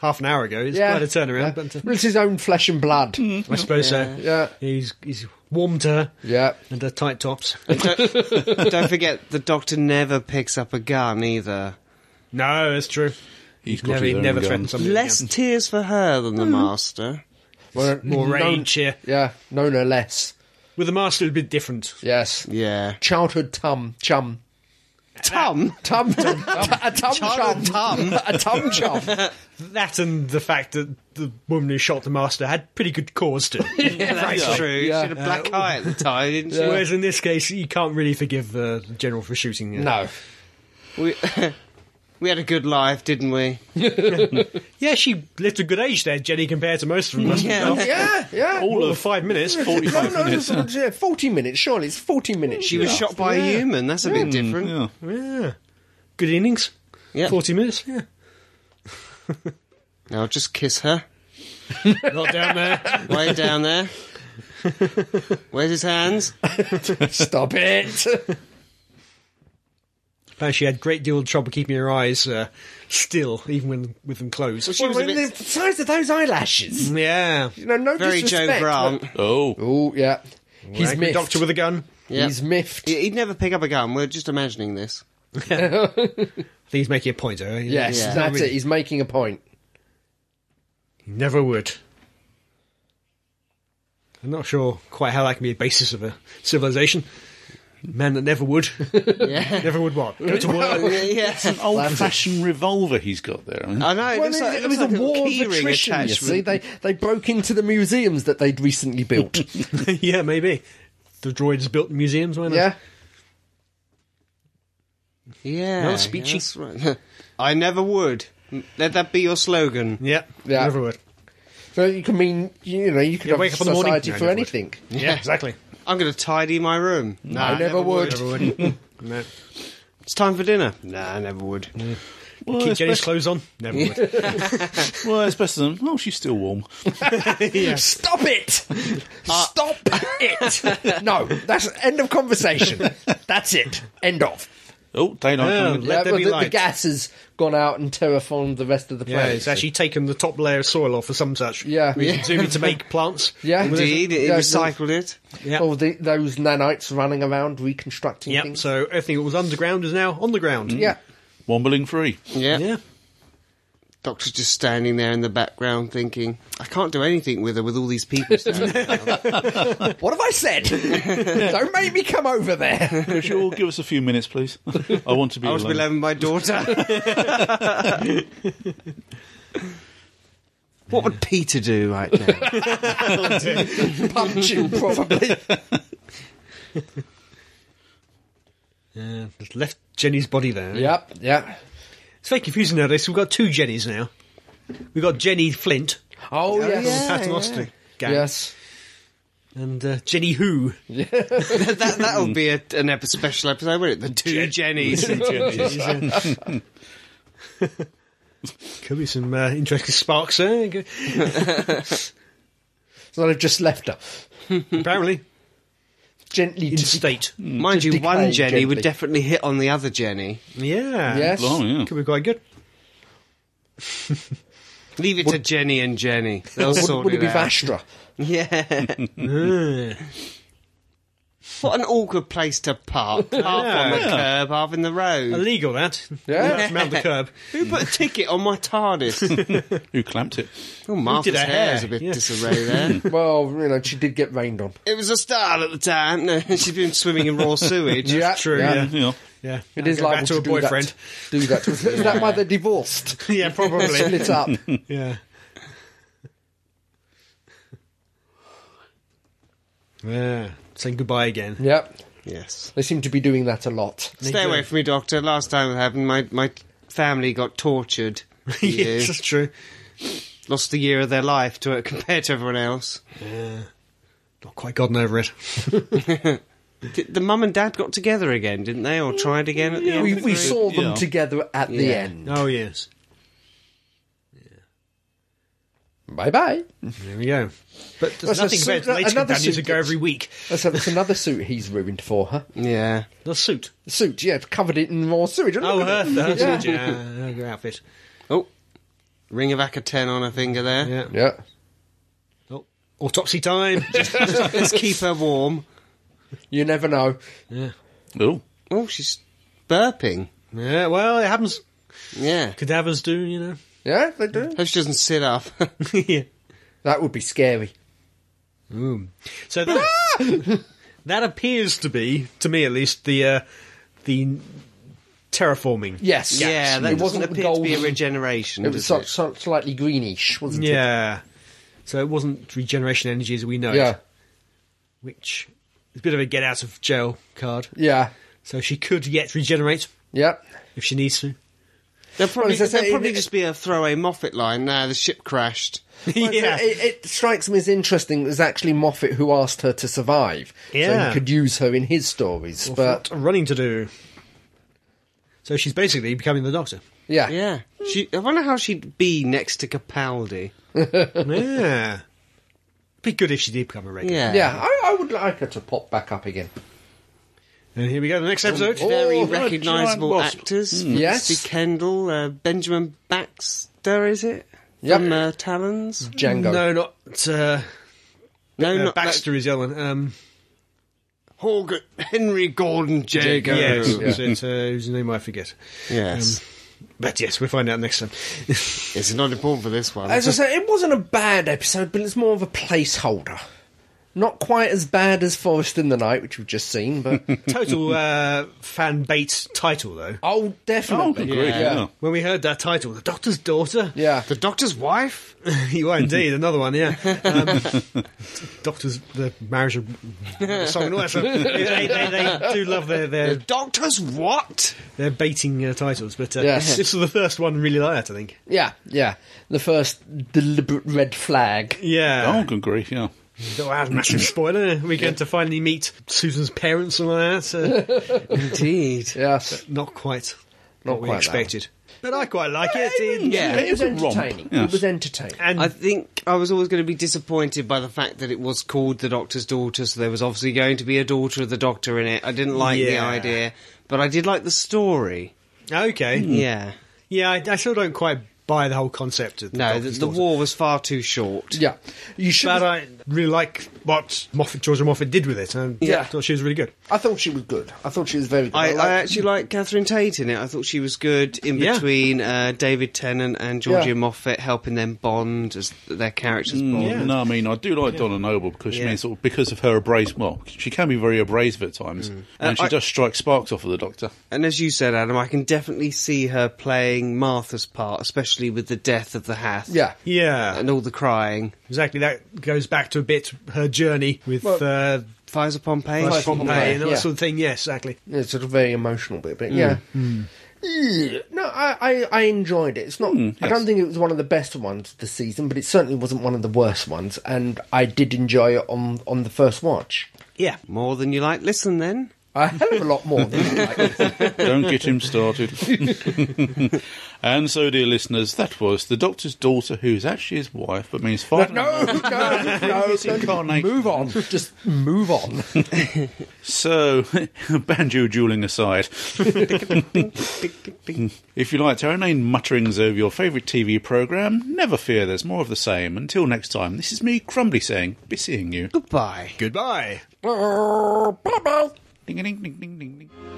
S3: half an hour ago, it's
S5: Yeah.
S3: quite a turnaround.
S5: Yeah.
S3: But, uh,
S5: Well, it's his own flesh and blood.
S3: I suppose so.
S5: Yeah.
S3: He's he's warmed her
S5: Yeah.
S3: and her tight tops.
S2: Don't, don't forget, the doctor never picks up a gun either.
S3: No, that's true.
S1: He's got
S3: Never,
S1: his
S3: he
S1: own
S3: never
S1: gun.
S3: threatened somebody.
S2: Less
S3: again.
S2: tears for her than the master.
S5: Well,
S3: more
S5: no-
S3: rage here.
S5: Yeah. No, no less.
S3: With the master, it'd be different.
S5: Yes.
S2: Yeah.
S5: Childhood tum chum.
S2: Tom.
S5: Tum tum, tum a tum chum,
S3: Chum, tum.
S5: a tum chum.
S3: That and the fact that the woman who shot the master had pretty good cause to.
S2: Yeah, that's true.
S5: Yeah.
S2: She had a black eye at the time, didn't she?
S3: Whereas in this case, you can't really forgive the general for shooting. her.
S5: No,
S2: We, we had a good life, didn't we?
S3: Yeah, she lived a good age there, Jenny, compared to most of them.
S2: Yeah.
S3: Yeah.
S5: yeah, yeah.
S1: All
S3: All
S1: of
S3: of five minutes.
S5: no,
S1: 45
S5: no,
S1: minutes.
S5: it's- yeah, forty minutes. Surely it's forty minutes.
S2: She was shot by a human. That's a bit different.
S1: Yeah.
S3: Yeah. Good innings.
S2: Yeah.
S3: 40 minutes. Yeah.
S2: Now just kiss her.
S3: Not down there.
S2: Way down there. Where's his hands?
S5: Stop it.
S3: Apparently, she had great deal of trouble keeping her eyes uh, still, even when with them closed.
S2: She was a
S5: Well,
S2: bit-
S5: the size of those eyelashes.
S3: Yeah.
S5: No, no
S2: Very Joe
S5: disrespect.
S2: Grant.
S1: Oh.
S5: Oh yeah, he's
S3: Angry
S5: miffed.
S3: doctor with a gun.
S2: Yeah.
S5: He's miffed.
S2: He'd never pick up a gun. We're just imagining this.
S3: I think he's making a point, though.
S5: Yes,
S2: Yeah.
S5: that's it. He's making a point.
S3: He never would. I'm not sure quite how that can be a basis of a civilization. Man that never would.
S2: Yeah.
S3: never would what? Go to work.
S2: Oh, yeah, yeah.
S1: An old fashioned revolver he's got there. I mean,
S2: I know. It
S5: Well,
S2: looks
S5: it,
S2: like,
S5: it
S2: it
S5: was
S2: looks like
S5: a war
S2: key
S5: of
S2: ring
S5: attrition. You see,
S2: attachment.
S5: they they broke into the museums that they'd recently built.
S3: yeah, maybe. The droids built museums, weren't
S5: yeah,
S2: Yeah.
S3: Well, speechy.
S2: that's right. I never would. Let that be your slogan.
S3: they? Yeah.
S5: Yeah.
S3: Never would.
S5: so you can mean you know you could
S3: Yeah,
S5: have
S3: wake up in the morning.
S5: society
S3: No,
S5: for
S3: never would.
S5: anything.
S3: Yeah, exactly.
S2: I'm going to tidy my room. No,
S5: I never would.
S3: Never would. no.
S2: It's time for dinner. No, I never would.
S1: well,
S3: Keep
S1: it's
S3: Jenny's
S1: best,
S3: clothes on. Never would.
S1: well, it's better than, oh, she's still warm.
S5: Stop it! Stop it! no, that's end of conversation. That's it. End of.
S1: Oh, daylight
S3: Yeah.
S1: coming.
S3: Let there
S5: well,
S3: be
S5: the, the
S3: light.
S5: gas has gone out and terraformed the rest of the
S3: Yeah,
S5: planet.
S3: it's actually taken the top layer of soil off for some such.
S5: Yeah.
S3: reason,
S5: Yeah.
S3: Presumably to make plants.
S5: yeah.
S2: Indeed, it
S5: Yeah,
S2: recycled it.
S3: Yeah.
S5: All the, those nanites running around reconstructing
S3: Yep.
S5: things.
S3: So everything that was underground is now on the ground.
S5: yeah,
S1: Wombling free.
S2: Yeah.
S3: Yeah.
S2: Doctor's just standing there in the background thinking, I can't do anything with her with all these people standing around.
S5: what have I said? Don't make me come over there.
S1: Could you all give us a few minutes, please? I want to be
S2: I was
S1: alone.
S2: beloved my daughter. what would Peter do right now?
S5: Punch you probably.
S3: Yeah. Uh, Just left Jenny's body there.
S5: yep, yep.
S3: It's very confusing nowadays. We've got two Jennies now. We've got Jenny Flint
S5: Oh yes,
S3: from the Paternoster gang,
S5: yes.
S3: and uh, Jenny Who.
S2: that, that'll be a, an epi- special episode, won't it? The two Jennies.
S3: Could be some uh, interesting sparks there.
S5: So they've just left her
S3: Apparently,
S5: gently.
S3: in
S5: dis-
S3: state.
S5: Mm.
S2: Mind you,
S5: Just
S2: one
S5: decay
S2: Jenny would
S5: gently.
S2: definitely hit on the other Jenny.
S3: Yeah.
S5: yes.
S1: Oh, yeah.
S3: Could be quite good.
S2: Leave it to Jenny and Jenny. They'll
S5: Would,
S2: sort
S5: would it
S2: it
S5: be
S2: out.
S5: Vastra?
S2: Yeah. what an awkward place to park. Half on the
S3: Yeah.
S2: curb, half in the road.
S3: Illegal that.
S5: Yeah.
S3: That's Mount the curb.
S2: Who put a ticket on my TARDIS?
S1: Who clamped it?
S2: Oh, Martha's
S3: her
S2: hair,
S3: hair?
S2: is a bit
S3: Yeah.
S2: disarray there.
S5: Well, you know, she did get rained on.
S2: it was a style at the time. No, she'd been swimming in raw sewage.
S5: Yeah,
S3: True.
S5: yeah.
S3: Yeah.
S1: You know,
S3: Yeah.
S5: It is
S3: Go
S5: liable
S3: back to
S5: to
S3: a
S5: do that-
S3: boyfriend.
S5: Do that. to us. Isn't that why they're divorced?
S3: yeah, probably.
S5: Split up.
S3: yeah. Yeah. Saying goodbye again.
S5: Yep.
S2: Yes.
S5: They seem to be doing that a lot.
S2: Stay away from me, Doctor. Last time it happened, my, my family got tortured. for
S3: yes,
S2: years.
S3: that's true.
S2: Lost a year of their life to it compared to everyone else.
S3: Not quite gotten over it.
S2: Did, the mum and dad got together again, didn't they? Or tried again at the end?
S5: We,
S2: of
S5: we
S2: the-
S5: saw them
S1: Yeah.
S5: together at the
S2: Yeah.
S5: end.
S3: Oh yes.
S5: Bye bye.
S3: There we go. But there's
S5: That's a
S3: nothing
S5: suit-
S3: better than later
S5: another
S3: companions who
S5: suit
S3: go
S5: that-
S3: every week.
S5: That's, that's another suit he's ruined for her.
S2: Yeah.
S3: The suit.
S5: The suit, yeah, covered it in raw sewage.
S3: Oh, her, her
S5: yeah.
S3: suit. Yeah, her outfit.
S2: Oh, ring of Akaten on her finger there.
S3: Yeah.
S5: Yeah.
S3: Oh, autopsy time.
S2: Let's keep her warm.
S5: You never know.
S3: yeah.
S1: oh,
S2: Oh, she's burping.
S3: Yeah. Well, it happens.
S2: Yeah.
S3: Cadavers do, you know.
S5: Yeah, they do.
S2: Hope she doesn't sit up.
S3: yeah.
S5: That would be scary.
S3: So that, that appears to be, to me at least, the uh, the terraforming.
S5: Yes.
S2: Yeah, that doesn't
S5: it wasn't
S2: appear to
S5: golden,
S2: be a regeneration.
S5: It was
S2: does
S5: sort- sort- slightly greenish, wasn't it?
S3: Yeah. So it wasn't regeneration energy as we know
S5: Yeah.
S3: it, which is a bit of a get out of jail card.
S5: Yeah.
S3: So she could yet regenerate
S5: Yeah.
S3: if she needs to.
S2: They'll probably,
S5: Well, as I say,
S2: there'll probably
S5: it-
S2: just be a throwaway Moffat line. Nah, the ship crashed.
S5: Well, It, it strikes me as interesting. It was actually Moffat who asked her to survive, so
S3: Yeah.
S5: he could use her in his stories. but
S3: What running to do. So she's basically becoming the doctor.
S5: yeah,
S2: Yeah. She, I wonder how she'd be next to Capaldi.
S3: yeah. Be good if she did become a regular.
S2: Yeah.
S5: Yeah, I, I would like her to pop back up again.
S3: And here we go, the next episode.
S2: Very
S1: Oh, what a
S2: recognisable
S1: giant wasp.
S2: actors.
S5: Hmm. Yes.
S2: Nancy Kendall, uh, Benjamin Baxter, is it?
S5: Yep.
S2: From uh, Talons?
S5: Django.
S3: No, not uh,
S2: No,
S3: uh,
S2: not
S3: Baxter is Ellen. Um,
S2: that- Horgan- Henry Gordon Jago.
S3: yes, it's, it's, uh, whose name I forget.
S2: Yes.
S3: But yes, we'll find out next time.
S2: it's not important for this one.
S5: As I say, it wasn't a bad episode, but it's more of a placeholder. Not quite as bad as Forest in the Night, which we've just seen, but
S3: Total uh, fan bait title though.
S5: oh,
S1: Oh,
S5: definitely,
S1: good grief,
S2: Yeah.
S1: yeah.
S3: When we heard that title, the Doctor's daughter.
S5: yeah.
S2: the Doctor's wife?
S3: you are indeed another one. Yeah, um, Doctor's the marriage of song and all that. stuff. They, they- they do love their
S2: The
S3: their,
S2: Doctor's what?
S3: their baiting uh, titles, but uh,
S5: Yes.
S3: this was the first one really like that. I think.
S5: Yeah, yeah. The first deliberate red flag.
S1: Oh,
S3: Yeah,
S1: good grief, yeah.
S3: oh. wow, massive spoiler. We're going to finally meet Susan's parents and all that. So
S2: Indeed.
S5: Yes.
S3: not quite
S5: Not
S3: what we
S5: quite that
S3: expected, but I quite like it. It-
S2: Yeah.
S5: It was
S1: It was a romp,
S5: entertaining.
S1: yes.
S5: It was entertaining.
S3: and
S2: I think I was always going to be disappointed by the fact that it was called The Doctor's Daughter, so there was obviously going to be a daughter of the Doctor in it. I didn't like the
S3: Yeah.
S2: idea, but I did like the story.
S3: okay,
S2: Yeah.
S3: yeah, I, I still don't quite buy the whole concept of the
S2: No, the,
S3: Doctor's
S2: the
S3: daughter.
S2: war was far too short.
S5: Yeah. You should.
S3: But I really like what Moffat, Georgia Moffat did with it. And yeah,
S5: Yeah.
S3: I thought she was really good.
S5: I thought she was good. I thought she was very good.
S2: I, I
S5: liked-
S2: actually liked Catherine Tate in it. I thought she was good in
S3: Yeah.
S2: between uh, David Tennant and Georgia
S5: Yeah.
S2: Moffat, helping them bond as their characters bond.
S3: Yeah.
S1: Oh, No, I mean I do like Donna Noble because she
S3: Yeah.
S1: means sort of because of her abrasive. Well, she can be very abrasive at times, and she
S2: I-
S1: does strike sparks off of the Doctor.
S2: And as you said, Adam, I can definitely see her playing Martha's part, especially with the death of the Hath.
S5: Yeah.
S3: Yeah,
S2: And all the crying.
S3: exactly. That goes back to a bit her journey with uh,
S2: Fires upon Pompeii.
S5: Fires upon
S3: Pompeii and that
S5: yeah.
S3: sort of thing. Yeah, exactly.
S5: Yeah, sort of very emotional bit, but yeah. Yeah. No, I, I, I enjoyed it. It's not.
S2: Mm,
S5: I don't think it was one of the best ones this season, but it certainly wasn't one of the worst ones. And I did enjoy it on on the first watch.
S3: Yeah.
S2: More than you like. Listen then.
S5: A hell of a lot more than I like.
S1: Don't get him started. and so, dear listeners, that was the Doctor's daughter, who is actually his wife, but means father.
S5: No, no, no,
S1: Previous incarnation.
S5: Move on. Just move on.
S1: So, banjo dueling aside, if you liked our inane mutterings over your favourite TV programme, never fear, there's more of the same. Until next time, this is me, Crumbly, saying, be seeing you.
S2: Goodbye.
S3: Goodbye.
S5: Blah, blah, blah.
S1: Ding, ding, ding, ding, ding, ding.